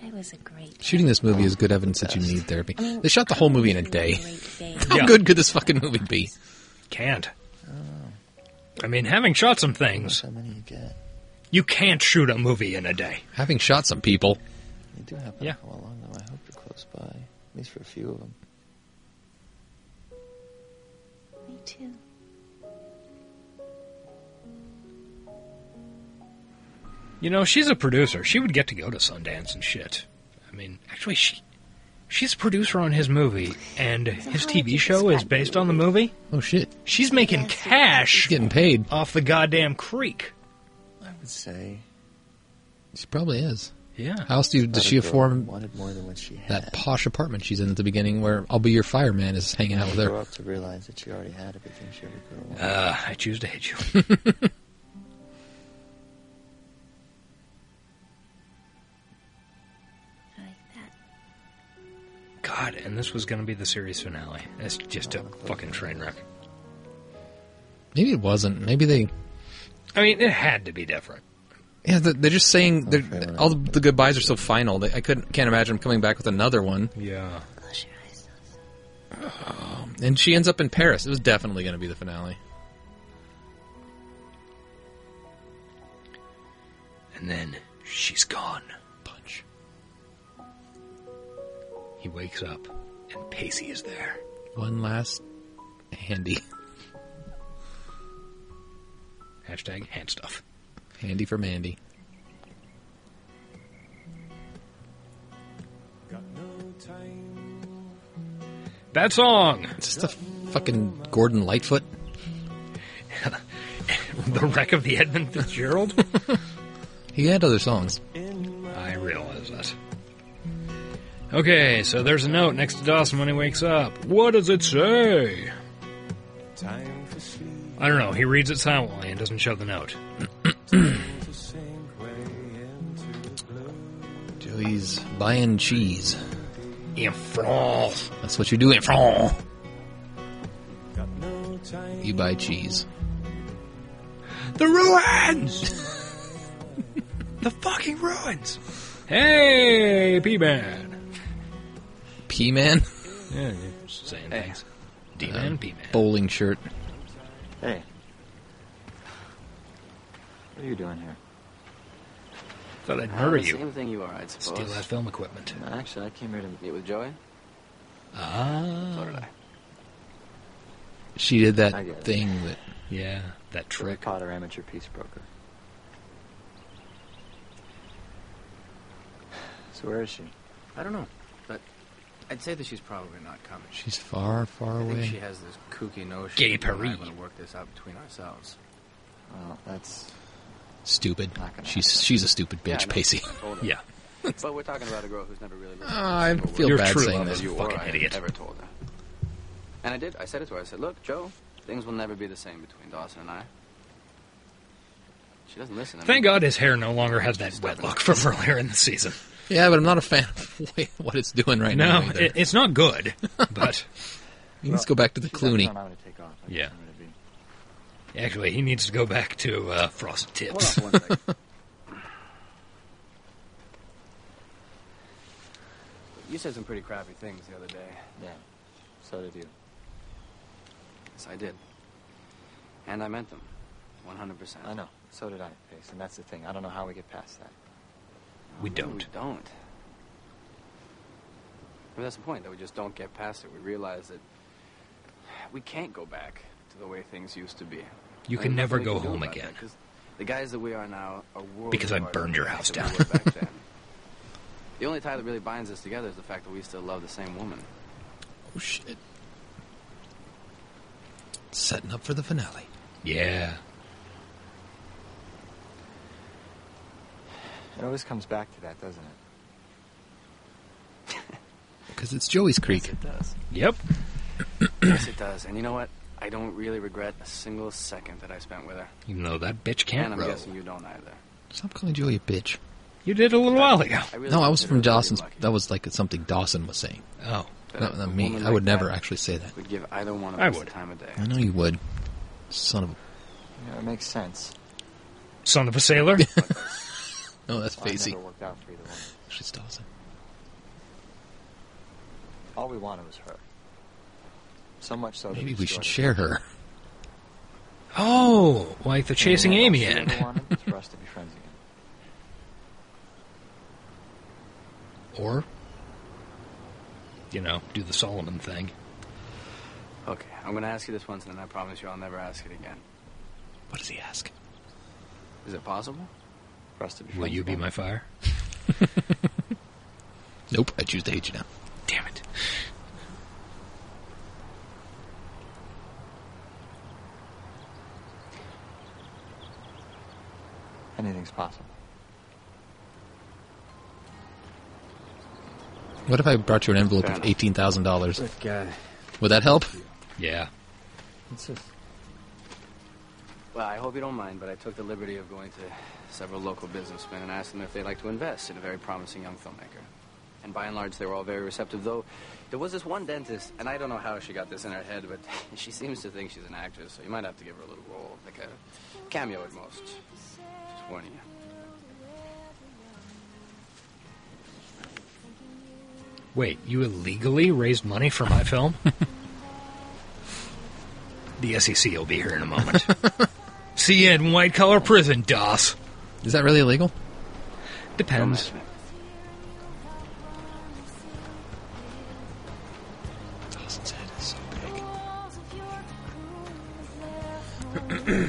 [SPEAKER 9] Today was a
[SPEAKER 3] <laughs>
[SPEAKER 9] great.
[SPEAKER 3] Shooting this movie is good evidence that you need therapy. They shot the whole movie in a <laughs> day. How
[SPEAKER 2] Yeah.
[SPEAKER 3] good could this fucking movie be?
[SPEAKER 2] Can't.
[SPEAKER 3] Oh.
[SPEAKER 2] I mean, having shot some
[SPEAKER 20] Hmm.
[SPEAKER 2] things, you can't shoot a movie in a day.
[SPEAKER 3] Having shot some people.
[SPEAKER 5] They do happen yeah. to come along, though. I hope you're close by, at least for a few of them.
[SPEAKER 9] Me too.
[SPEAKER 2] You know, she's a producer. She would get to go to Sundance and shit. I mean, actually, she she's a producer on his movie, and his TV show is based on the movie.
[SPEAKER 3] Oh shit!
[SPEAKER 2] She's making cash,
[SPEAKER 3] getting paid
[SPEAKER 2] off the goddamn creek.
[SPEAKER 5] I would say.
[SPEAKER 3] She probably is.
[SPEAKER 2] Yeah.
[SPEAKER 3] How else do you,
[SPEAKER 5] Not
[SPEAKER 3] does
[SPEAKER 5] a
[SPEAKER 3] she
[SPEAKER 5] girl
[SPEAKER 3] afford
[SPEAKER 5] Wanted more than what she had.
[SPEAKER 3] that posh apartment she's in at the beginning where I'll be your fireman is hanging out with
[SPEAKER 5] Grow
[SPEAKER 3] her?
[SPEAKER 5] up to realize that she already had everything she ever could have wanted.
[SPEAKER 2] Uh, I choose to hate you. God, and this was going to be the series finale. That's just a fucking train wreck.
[SPEAKER 3] Maybe it wasn't. Maybe they.
[SPEAKER 2] I mean, it had to be different.
[SPEAKER 3] Yeah, they- they're just saying they're, all the, the goodbyes are so final. They, I couldn't can't imagine them coming back with another one.
[SPEAKER 2] Yeah.
[SPEAKER 3] And she ends up in Paris. It was definitely going to be the finale.
[SPEAKER 2] And then she's gone. Punch. He wakes up, and Pacey is there.
[SPEAKER 3] One last handy,
[SPEAKER 2] Hashtag hand stuff.
[SPEAKER 3] handy for Mandy.
[SPEAKER 2] That song! <laughs>
[SPEAKER 3] It's just a fucking Gordon Lightfoot.
[SPEAKER 2] the wreck of the Edmund Fitzgerald? <laughs>
[SPEAKER 3] He had other songs.
[SPEAKER 2] I realize that. Okay, so there's a note next to Dawson when he wakes up. What does it say?
[SPEAKER 23] Time for sleep.
[SPEAKER 2] I don't know. He reads it silently and doesn't show the note.
[SPEAKER 23] To sink way into the blue.
[SPEAKER 3] Joey's buying cheese.
[SPEAKER 2] In France.
[SPEAKER 3] That's what you do in France.
[SPEAKER 23] Got no time.
[SPEAKER 3] You buy cheese.
[SPEAKER 2] The ruins! <laughs> the fucking ruins! Hey, P-Man!
[SPEAKER 3] P man.
[SPEAKER 2] Yeah, you're saying things. Uh, D-Man, P-Man.
[SPEAKER 3] Bowling shirt.
[SPEAKER 24] Hey. What are you doing here?
[SPEAKER 2] Thought I'd
[SPEAKER 25] Uh,
[SPEAKER 2] murder
[SPEAKER 25] the
[SPEAKER 2] you.
[SPEAKER 25] Same thing you are, I suppose.
[SPEAKER 2] Steal that film equipment.
[SPEAKER 24] No, actually, I came here to
[SPEAKER 25] Meet with Joey.
[SPEAKER 2] Ah.
[SPEAKER 25] So did I.
[SPEAKER 3] She did
[SPEAKER 24] I get
[SPEAKER 3] that
[SPEAKER 24] it.
[SPEAKER 3] thing that.
[SPEAKER 2] Yeah, that
[SPEAKER 24] Harry
[SPEAKER 2] trick.
[SPEAKER 24] Potter amateur peace broker. <sighs> So where is she?
[SPEAKER 7] I don't know, but I'd say that she's probably not coming.
[SPEAKER 3] She's far, far
[SPEAKER 7] I think she
[SPEAKER 3] away.
[SPEAKER 7] has this kooky notion.
[SPEAKER 2] Gay
[SPEAKER 7] that we're
[SPEAKER 2] Paris.
[SPEAKER 7] not gonna work this out between ourselves.
[SPEAKER 24] Well, that's
[SPEAKER 3] Stupid. She's she's a stupid
[SPEAKER 7] Yeah,
[SPEAKER 3] bitch,
[SPEAKER 7] I know.
[SPEAKER 3] Pacey. <laughs>
[SPEAKER 7] Totally.
[SPEAKER 2] Yeah.
[SPEAKER 7] but we're talking about a girl who's never really. listened to
[SPEAKER 3] Ah, I
[SPEAKER 7] a single
[SPEAKER 3] feel
[SPEAKER 7] word
[SPEAKER 3] bad
[SPEAKER 2] true
[SPEAKER 3] saying
[SPEAKER 2] love
[SPEAKER 3] that.
[SPEAKER 2] is-
[SPEAKER 7] you
[SPEAKER 2] fucking
[SPEAKER 7] or I have
[SPEAKER 2] idiot.
[SPEAKER 7] ever told her. And I did. I said it to her. I said, "Look, Joe, things will never be the same between Dawson and I." She doesn't listen. I
[SPEAKER 2] Thank
[SPEAKER 7] mean,
[SPEAKER 2] God his hair no longer has that wet look from <laughs> earlier in the season.
[SPEAKER 3] Yeah, but I'm not a fan of <laughs> what it's doing right now.
[SPEAKER 2] No,
[SPEAKER 3] Either.
[SPEAKER 2] it, it's not good, but
[SPEAKER 3] you need to go back to the
[SPEAKER 24] She's out of
[SPEAKER 3] Clooney.
[SPEAKER 24] town, I'm gonna take off. I
[SPEAKER 2] Yeah.
[SPEAKER 24] guess I'm gonna be-
[SPEAKER 2] actually, he needs to go back to uh, Frost
[SPEAKER 7] Hold
[SPEAKER 2] Tips.
[SPEAKER 7] on one second. you said some pretty crappy things the other day.
[SPEAKER 24] Yeah. So did you.
[SPEAKER 7] Yes, I did. And I meant them. 100%.
[SPEAKER 24] I know. So did I, Pace. And that's the thing. I don't know how we get past that.
[SPEAKER 2] We
[SPEAKER 7] Maybe We
[SPEAKER 2] don't.
[SPEAKER 7] don't. Maybe that's the point, that we just don't get past it. We realize that we can't go back to the way things used to be.
[SPEAKER 2] You
[SPEAKER 7] And
[SPEAKER 2] can
[SPEAKER 7] there's
[SPEAKER 2] never
[SPEAKER 7] nothing we
[SPEAKER 2] go
[SPEAKER 7] do
[SPEAKER 2] home
[SPEAKER 7] about that,
[SPEAKER 2] again.
[SPEAKER 7] 'cause the guys that we are now are worlds
[SPEAKER 2] Because I
[SPEAKER 7] apart
[SPEAKER 2] burned
[SPEAKER 7] from
[SPEAKER 2] your
[SPEAKER 7] the
[SPEAKER 2] house
[SPEAKER 7] guys that we
[SPEAKER 2] <laughs>
[SPEAKER 7] were back then. the only tie that really binds us together is the fact that we still love the same woman.
[SPEAKER 3] Oh shit! Setting up for the finale.
[SPEAKER 2] Yeah.
[SPEAKER 5] It always comes back to that, doesn't it?
[SPEAKER 3] Because it's Joey's Creek.
[SPEAKER 7] Yes, it does.
[SPEAKER 2] Yep.
[SPEAKER 7] yes, it does. And you know what? I don't really regret a single second that I spent with her.
[SPEAKER 2] Even though that bitch can't
[SPEAKER 7] and I'm
[SPEAKER 2] row.
[SPEAKER 7] guessing you don't either.
[SPEAKER 3] Stop calling Joey a bitch.
[SPEAKER 2] You did a little while ago.
[SPEAKER 7] I really
[SPEAKER 3] no, I was
[SPEAKER 7] consider
[SPEAKER 3] from
[SPEAKER 7] her very
[SPEAKER 3] Dawson's.
[SPEAKER 7] lucky
[SPEAKER 3] That was like something Dawson was saying.
[SPEAKER 2] Oh.
[SPEAKER 3] Not, not
[SPEAKER 7] A
[SPEAKER 3] me.
[SPEAKER 7] woman
[SPEAKER 3] I would
[SPEAKER 7] like
[SPEAKER 3] never
[SPEAKER 7] that
[SPEAKER 3] actually say that. Hmm?
[SPEAKER 7] Would give either one of
[SPEAKER 2] I
[SPEAKER 7] us
[SPEAKER 2] would.
[SPEAKER 7] the time of day.
[SPEAKER 3] I know you would. Son of a.
[SPEAKER 5] Yeah, it makes sense.
[SPEAKER 2] Son of a
[SPEAKER 7] <laughs>
[SPEAKER 2] sailor?
[SPEAKER 3] No, that's
[SPEAKER 5] Well, it
[SPEAKER 3] Facey.
[SPEAKER 5] never worked out for either one.
[SPEAKER 3] Actually, it's Dawson.
[SPEAKER 5] All we wanted was her. So much so. that
[SPEAKER 3] Maybe we should share
[SPEAKER 5] destroyed
[SPEAKER 3] her.
[SPEAKER 2] Oh, like the
[SPEAKER 5] her.
[SPEAKER 2] chasing
[SPEAKER 5] And
[SPEAKER 2] Amy
[SPEAKER 5] all she
[SPEAKER 2] in.
[SPEAKER 5] ever wanted
[SPEAKER 2] <laughs>
[SPEAKER 5] was for us to be friends again.
[SPEAKER 2] Or, you know, do the Solomon thing.
[SPEAKER 7] Okay, I'm going to ask you this once, and then I promise you I'll never ask it again.
[SPEAKER 3] What does he ask?
[SPEAKER 7] Is it possible?
[SPEAKER 5] For us to be
[SPEAKER 2] Will
[SPEAKER 5] friends
[SPEAKER 2] you be
[SPEAKER 5] again.
[SPEAKER 2] my fire?
[SPEAKER 3] Nope, I choose to hate you now.
[SPEAKER 2] Damn it.
[SPEAKER 5] Anything's possible.
[SPEAKER 3] What if I brought you an envelope
[SPEAKER 7] Fair
[SPEAKER 3] of
[SPEAKER 7] enough.
[SPEAKER 3] eighteen thousand dollars?
[SPEAKER 26] Good guy.
[SPEAKER 3] Would that help?
[SPEAKER 2] Yeah.
[SPEAKER 26] It's just
[SPEAKER 7] Well, I hope you don't mind, but I took the liberty of going to several local businessmen and asked them if they'd like to invest in a very promising young filmmaker. And by and large, they were all very receptive, though there was this one dentist, and I don't know how she got this in her head, but <laughs> she seems to think she's an actress, so you might have to give her a little role, like a cameo at most. Just warning you.
[SPEAKER 2] Wait, you illegally raised money for my <laughs> film? the SEC will be here in a moment. <laughs> See you in white collar prison, Doss.
[SPEAKER 3] Is that really illegal?
[SPEAKER 2] Depends.
[SPEAKER 3] Dawson's head is so big. <clears throat>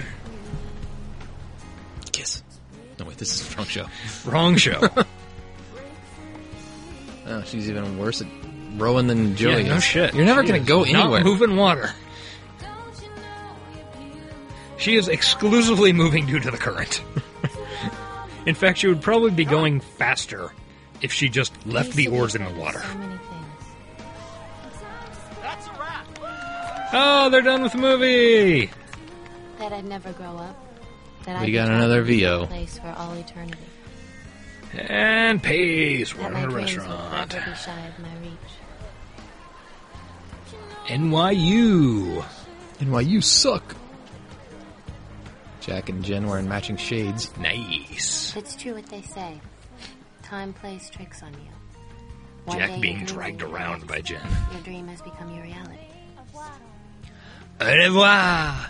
[SPEAKER 3] Kiss. No wait, this is the wrong show.
[SPEAKER 2] Wrong show.
[SPEAKER 3] Oh, she's even worse at rowing than
[SPEAKER 2] <laughs>
[SPEAKER 3] Joey.
[SPEAKER 2] Yeah, no
[SPEAKER 3] is.
[SPEAKER 2] shit.
[SPEAKER 3] You're never
[SPEAKER 2] She
[SPEAKER 3] going
[SPEAKER 2] is
[SPEAKER 3] to go anywhere.
[SPEAKER 2] Not moving water. She is exclusively moving due to the <laughs> current. In fact, she would probably be going faster if she just left the oars in the water.
[SPEAKER 27] That's a wrap.
[SPEAKER 2] Oh, they're done with the movie.
[SPEAKER 4] That I'd never grow up. That
[SPEAKER 3] We
[SPEAKER 4] I'd
[SPEAKER 3] got
[SPEAKER 4] be
[SPEAKER 3] another
[SPEAKER 4] trapped in
[SPEAKER 3] VO.
[SPEAKER 4] that Place for all eternity.
[SPEAKER 2] And peace. We're in
[SPEAKER 4] That my
[SPEAKER 2] a
[SPEAKER 4] dreams would
[SPEAKER 2] restaurant.
[SPEAKER 4] forever be shy of my reach.
[SPEAKER 2] NYU.
[SPEAKER 3] NYU suck. Jack and Jen wearing matching shades.
[SPEAKER 2] Nice.
[SPEAKER 4] It's true what they say. Time plays tricks on you. One day
[SPEAKER 2] Jack
[SPEAKER 4] your
[SPEAKER 2] being
[SPEAKER 4] dream
[SPEAKER 2] dragged
[SPEAKER 4] will be
[SPEAKER 2] around by Jen.
[SPEAKER 4] realized. Your dream has become your reality.
[SPEAKER 2] Au revoir.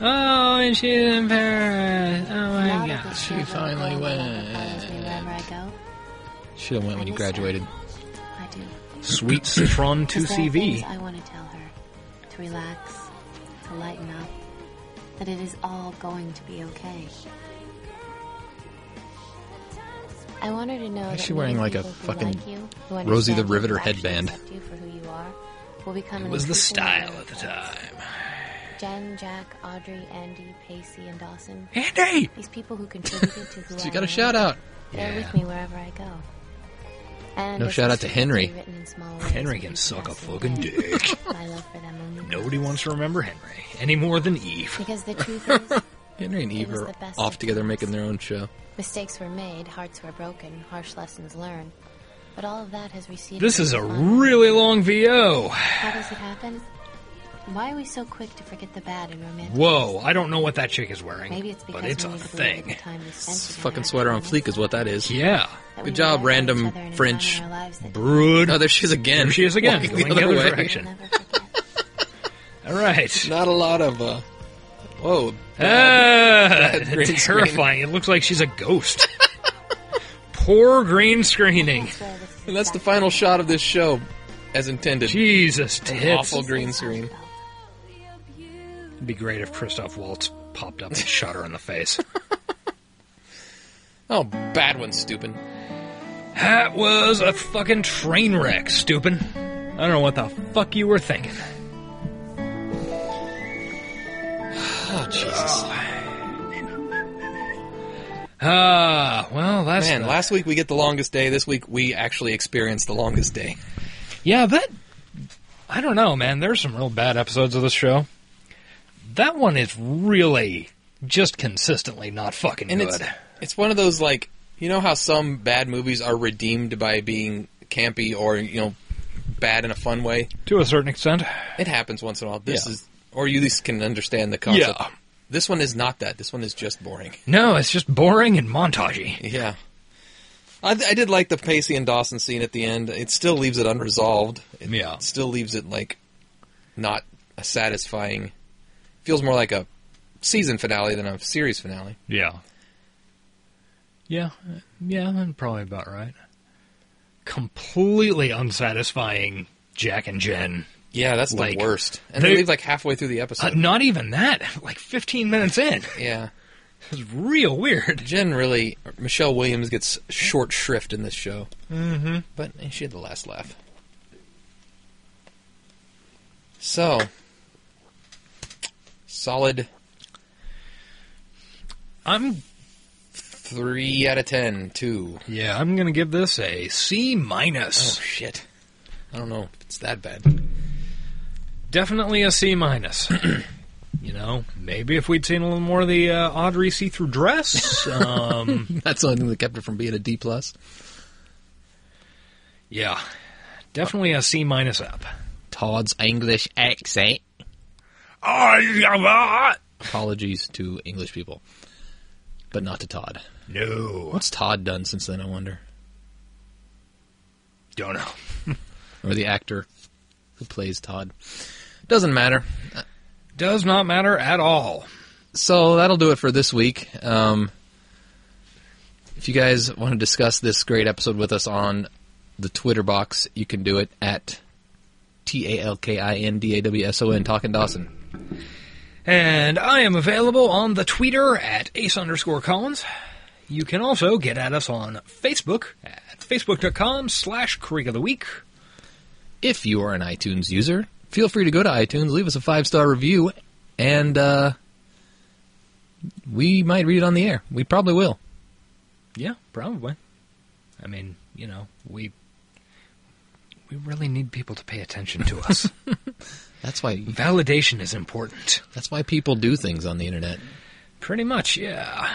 [SPEAKER 2] Oh, and she's in Paris. Oh my
[SPEAKER 4] Now that the
[SPEAKER 2] gosh.
[SPEAKER 4] shadow of
[SPEAKER 3] finally
[SPEAKER 4] my
[SPEAKER 3] went.
[SPEAKER 4] lover follows me wherever I go,
[SPEAKER 3] Should have went when you graduated.
[SPEAKER 4] I do.
[SPEAKER 2] Sweet Citron
[SPEAKER 4] Because there are things
[SPEAKER 2] 2CV.
[SPEAKER 4] I want to tell her to relax, to lighten up, that it is all going to be okay. I want her to know.
[SPEAKER 3] Why is
[SPEAKER 4] that
[SPEAKER 3] she wearing,
[SPEAKER 4] many
[SPEAKER 3] like, a
[SPEAKER 4] people who
[SPEAKER 3] fucking
[SPEAKER 4] like you, who
[SPEAKER 3] Rosie the
[SPEAKER 4] understand you,
[SPEAKER 3] Riveter
[SPEAKER 4] who actually
[SPEAKER 3] headband?
[SPEAKER 4] accept You for who you are, will become
[SPEAKER 3] It
[SPEAKER 4] an
[SPEAKER 3] was the
[SPEAKER 4] increasingly
[SPEAKER 3] style
[SPEAKER 4] rare
[SPEAKER 3] at the
[SPEAKER 4] occurrence.
[SPEAKER 3] time.
[SPEAKER 4] Jen, Jack, Audrey, Andy, Pacey, and Dawson.
[SPEAKER 2] Andy!
[SPEAKER 4] These people who
[SPEAKER 3] <laughs>
[SPEAKER 4] contributed to who
[SPEAKER 3] She
[SPEAKER 4] I
[SPEAKER 3] got a
[SPEAKER 4] am.
[SPEAKER 3] shout out.
[SPEAKER 4] They're
[SPEAKER 2] Yeah.
[SPEAKER 4] with me wherever I go. And
[SPEAKER 3] No
[SPEAKER 4] as
[SPEAKER 3] shout out
[SPEAKER 4] history
[SPEAKER 3] to Henry.
[SPEAKER 4] will be written in small ways
[SPEAKER 2] Henry
[SPEAKER 4] for
[SPEAKER 2] can
[SPEAKER 4] each
[SPEAKER 2] suck a
[SPEAKER 4] passing
[SPEAKER 2] fucking
[SPEAKER 4] day,
[SPEAKER 2] dick.
[SPEAKER 4] <laughs> My love for them only
[SPEAKER 2] Nobody wants to remember Henry any more than Eve.
[SPEAKER 4] <laughs> Because the truth is,
[SPEAKER 3] Henry and
[SPEAKER 4] It
[SPEAKER 3] Eve
[SPEAKER 4] was
[SPEAKER 3] are
[SPEAKER 4] the best
[SPEAKER 3] off
[SPEAKER 4] of
[SPEAKER 3] together
[SPEAKER 4] times.
[SPEAKER 3] making their own show.
[SPEAKER 4] mistakes were made, hearts were broken, harsh lessons learned. But all of that has receded.
[SPEAKER 2] This
[SPEAKER 4] into
[SPEAKER 2] is a
[SPEAKER 4] fun.
[SPEAKER 2] really long VO.
[SPEAKER 4] How does it happen? Why are we so quick to forget the bad in romantic?
[SPEAKER 2] Whoa, I don't know what that chick is wearing,
[SPEAKER 4] Maybe it's because
[SPEAKER 2] but it's
[SPEAKER 4] we
[SPEAKER 2] a
[SPEAKER 4] need to believe that
[SPEAKER 2] thing.
[SPEAKER 4] The time we spent
[SPEAKER 3] It's
[SPEAKER 4] together
[SPEAKER 3] fucking
[SPEAKER 4] actually
[SPEAKER 3] sweater on
[SPEAKER 4] mattered.
[SPEAKER 3] fleek is what that is. <laughs>
[SPEAKER 2] Yeah.
[SPEAKER 4] That we
[SPEAKER 3] Good job,
[SPEAKER 4] relied on each
[SPEAKER 3] random
[SPEAKER 4] other and it
[SPEAKER 3] French
[SPEAKER 4] found our lives
[SPEAKER 2] <laughs>
[SPEAKER 4] that
[SPEAKER 2] Brood.
[SPEAKER 3] Oh, there she is again.
[SPEAKER 2] There she is again,
[SPEAKER 3] Walking
[SPEAKER 2] going
[SPEAKER 3] the other way.
[SPEAKER 2] direction.
[SPEAKER 4] we'll never forget.
[SPEAKER 2] All right.
[SPEAKER 3] Not a lot of. Uh, whoa.
[SPEAKER 2] Ah, <laughs>
[SPEAKER 3] Bad green
[SPEAKER 2] it's
[SPEAKER 3] screen.
[SPEAKER 2] terrifying. It looks like she's a ghost. Poor green screening.
[SPEAKER 4] That's where this is
[SPEAKER 3] And that's the
[SPEAKER 4] back.
[SPEAKER 3] final shot of this show, as intended.
[SPEAKER 2] Jesus,
[SPEAKER 3] An
[SPEAKER 2] tits.
[SPEAKER 3] awful <laughs> green screen.
[SPEAKER 2] It'd be great if Christoph Waltz popped up and shot her in the face.
[SPEAKER 3] Oh, bad one, stupid.
[SPEAKER 2] that was a fucking train wreck, stupid. I don't know what the fuck you were thinking. <sighs>
[SPEAKER 3] Oh, Jesus.
[SPEAKER 2] Ah, well, that's
[SPEAKER 3] Man,
[SPEAKER 2] the-
[SPEAKER 3] last week we get the longest day. This week we actually experience the longest day.
[SPEAKER 2] Yeah, that. I don't know, man. There's some real bad episodes of this show. That one is really just consistently not fucking
[SPEAKER 3] and
[SPEAKER 2] good.
[SPEAKER 3] it's it's one of those like you know how some bad movies are redeemed by being campy or you know bad in a fun way.
[SPEAKER 2] to a certain extent.
[SPEAKER 3] It happens once in a while. This
[SPEAKER 2] Yeah.
[SPEAKER 3] is or you at least can understand the concept.
[SPEAKER 2] Yeah.
[SPEAKER 3] This one is not that. This one is just boring.
[SPEAKER 2] No, it's just boring and montagey.
[SPEAKER 3] <laughs> Yeah. I, I did like the Pacey and Dawson scene at the end. It still leaves it unresolved. It
[SPEAKER 2] Yeah.
[SPEAKER 3] still leaves it like not a satisfying. Feels more like a season finale than a series finale.
[SPEAKER 2] Yeah. Yeah, uh, yeah, that's probably about right. Completely unsatisfying Jack and Jen.
[SPEAKER 3] Yeah, that's
[SPEAKER 2] Like,
[SPEAKER 3] the worst. And they,
[SPEAKER 2] they-
[SPEAKER 3] leave like halfway through the
[SPEAKER 2] Uh,
[SPEAKER 3] episode.
[SPEAKER 2] not even that. Like 15 minutes in.
[SPEAKER 3] Yeah.
[SPEAKER 2] It's real weird.
[SPEAKER 3] Jen really Michelle Williams gets short shrift in this show,
[SPEAKER 2] Mm-hmm.
[SPEAKER 3] but eh, she had the last laugh. So solid
[SPEAKER 2] I'm
[SPEAKER 3] three out of ten, two.
[SPEAKER 2] Yeah, I'm gonna give this a C minus.
[SPEAKER 3] Oh shit. I don't know if it's that bad.
[SPEAKER 2] Definitely a C <clears throat> minus. you know, maybe if we'd seen a little more of the uh, Audrey see-through <laughs> dress. Um,
[SPEAKER 3] <laughs> That's the only thing that kept it from being a D plus.
[SPEAKER 2] yeah, definitely a C minus up.
[SPEAKER 3] Todd's English accent.
[SPEAKER 2] Oh, yeah, well,
[SPEAKER 3] Apologies to English people. But not to Todd.
[SPEAKER 2] No.
[SPEAKER 3] What's Todd done since then, I wonder?
[SPEAKER 2] Don't know.
[SPEAKER 3] Or the actor who plays Todd. Doesn't matter.
[SPEAKER 2] Does not matter at all.
[SPEAKER 3] So that'll do it for this week. Um, if you guys want to discuss this great episode with us on the Twitter box, you can do it at T A L K I N D A W S O N, Talkin' Dawson.
[SPEAKER 2] And I am available on the Twitter at ace underscore Collins. You can also get at us on Facebook at facebook.com slash Creek of the Week.
[SPEAKER 3] If you are an iTunes user, feel free to go to iTunes, leave us a five star review, and uh, we might read it on the air. We probably will.
[SPEAKER 2] Yeah, probably. I mean, you know, we we really need people to pay attention to us.
[SPEAKER 3] That's why
[SPEAKER 2] Validation is important.
[SPEAKER 3] That's why people do things on the internet.
[SPEAKER 2] Pretty much, yeah.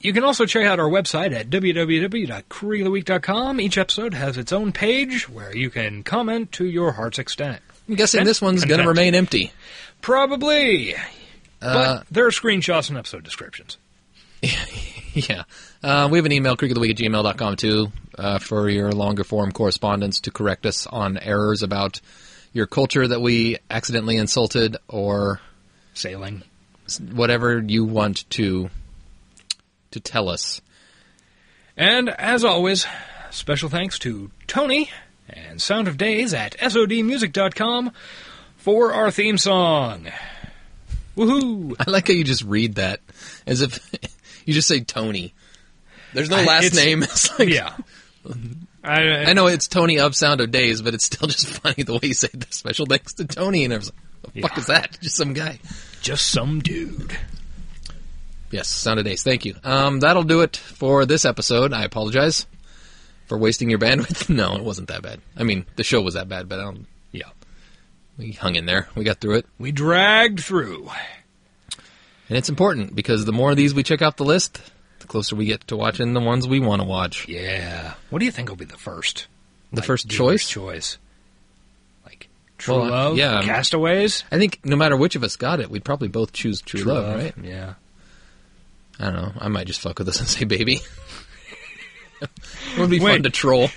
[SPEAKER 2] You can also check out our website at www.creeoftheweek.com. Each episode has its own page where you can comment to your heart's extent.
[SPEAKER 3] I'm guessing this one's going to
[SPEAKER 2] Content.
[SPEAKER 3] remain empty.
[SPEAKER 2] Probably.
[SPEAKER 3] Uh,
[SPEAKER 2] but there are screenshots and episode descriptions.
[SPEAKER 3] <laughs> Yeah. Uh, we have an email, creekoftheweek at gmail.com, too, uh, for your longer form correspondence to correct us on errors about your culture that we accidentally insulted or
[SPEAKER 2] Sailing.
[SPEAKER 3] s- whatever you want to to tell us. <laughs>
[SPEAKER 2] And as always, special thanks to Tony and Sound of Days at SODmusic.com for our theme song. Woohoo!
[SPEAKER 3] I like how you just read that as if <laughs> you just say Tony. There's no
[SPEAKER 2] I-
[SPEAKER 3] last
[SPEAKER 2] it's-
[SPEAKER 3] name. <laughs> It's like,
[SPEAKER 2] yeah. I,
[SPEAKER 3] I know it's Tony of Sound of Days, but it's still just <laughs> funny the way you say the special thanks to Tony. And I was like, the fuck is that? Just some guy.
[SPEAKER 2] Just some dude.
[SPEAKER 3] Yes, Sound of Days. Thank you. Um, that'll do it for this episode. I apologize for wasting your bandwidth. <laughs> No, it wasn't that bad. I mean, the show was that bad, but I don't.
[SPEAKER 2] Yeah.
[SPEAKER 3] We hung in there. We got through it.
[SPEAKER 2] We dragged through.
[SPEAKER 3] And it's important because the more of these we check out the list, the closer we get to watching the ones we want to watch.
[SPEAKER 2] Yeah. What do you think will be the first?
[SPEAKER 3] The first
[SPEAKER 2] viewer's
[SPEAKER 3] choice?
[SPEAKER 2] Choice. Like True
[SPEAKER 3] Well,
[SPEAKER 2] Love.
[SPEAKER 3] yeah, um, I'm-
[SPEAKER 2] Castaways.
[SPEAKER 3] I think no matter which of us got it, we'd probably both choose True, Love, right?
[SPEAKER 2] Yeah.
[SPEAKER 3] I don't know. I might just fuck with us and say baby. <laughs> it would be
[SPEAKER 2] Wait.
[SPEAKER 3] fun to <laughs> troll.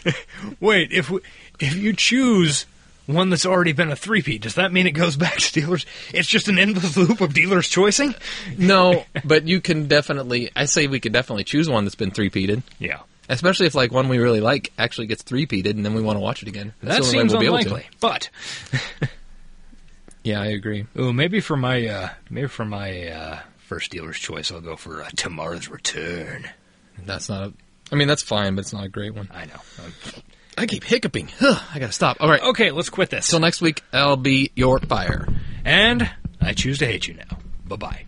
[SPEAKER 2] Wait, if we, if you choose one that's already been a three-peat, does that mean it goes back to dealers? It's just an endless <laughs> loop of dealers choicing.
[SPEAKER 3] no, but you can definitely. I say we could definitely choose one that's been three-peated.
[SPEAKER 2] Yeah.
[SPEAKER 3] Especially if like one we really like actually gets three-peated and then we want to watch it again. That's
[SPEAKER 2] That
[SPEAKER 3] the only way
[SPEAKER 2] seems
[SPEAKER 3] we'll be able to.
[SPEAKER 2] unlikely, but
[SPEAKER 3] Yeah, I agree.
[SPEAKER 2] oh, maybe for my uh, maybe for my uh, first dealer's choice, I'll go for uh, Tomorrow's Return.
[SPEAKER 3] That's not a. I mean, that's fine, but it's not a great one.
[SPEAKER 2] I know. I'm-
[SPEAKER 3] I keep hiccuping. Huh, I gotta stop. All right.
[SPEAKER 2] Okay, let's quit this.
[SPEAKER 3] Till next week, I'll be your fire.
[SPEAKER 2] And I choose to hate you now. Bye bye.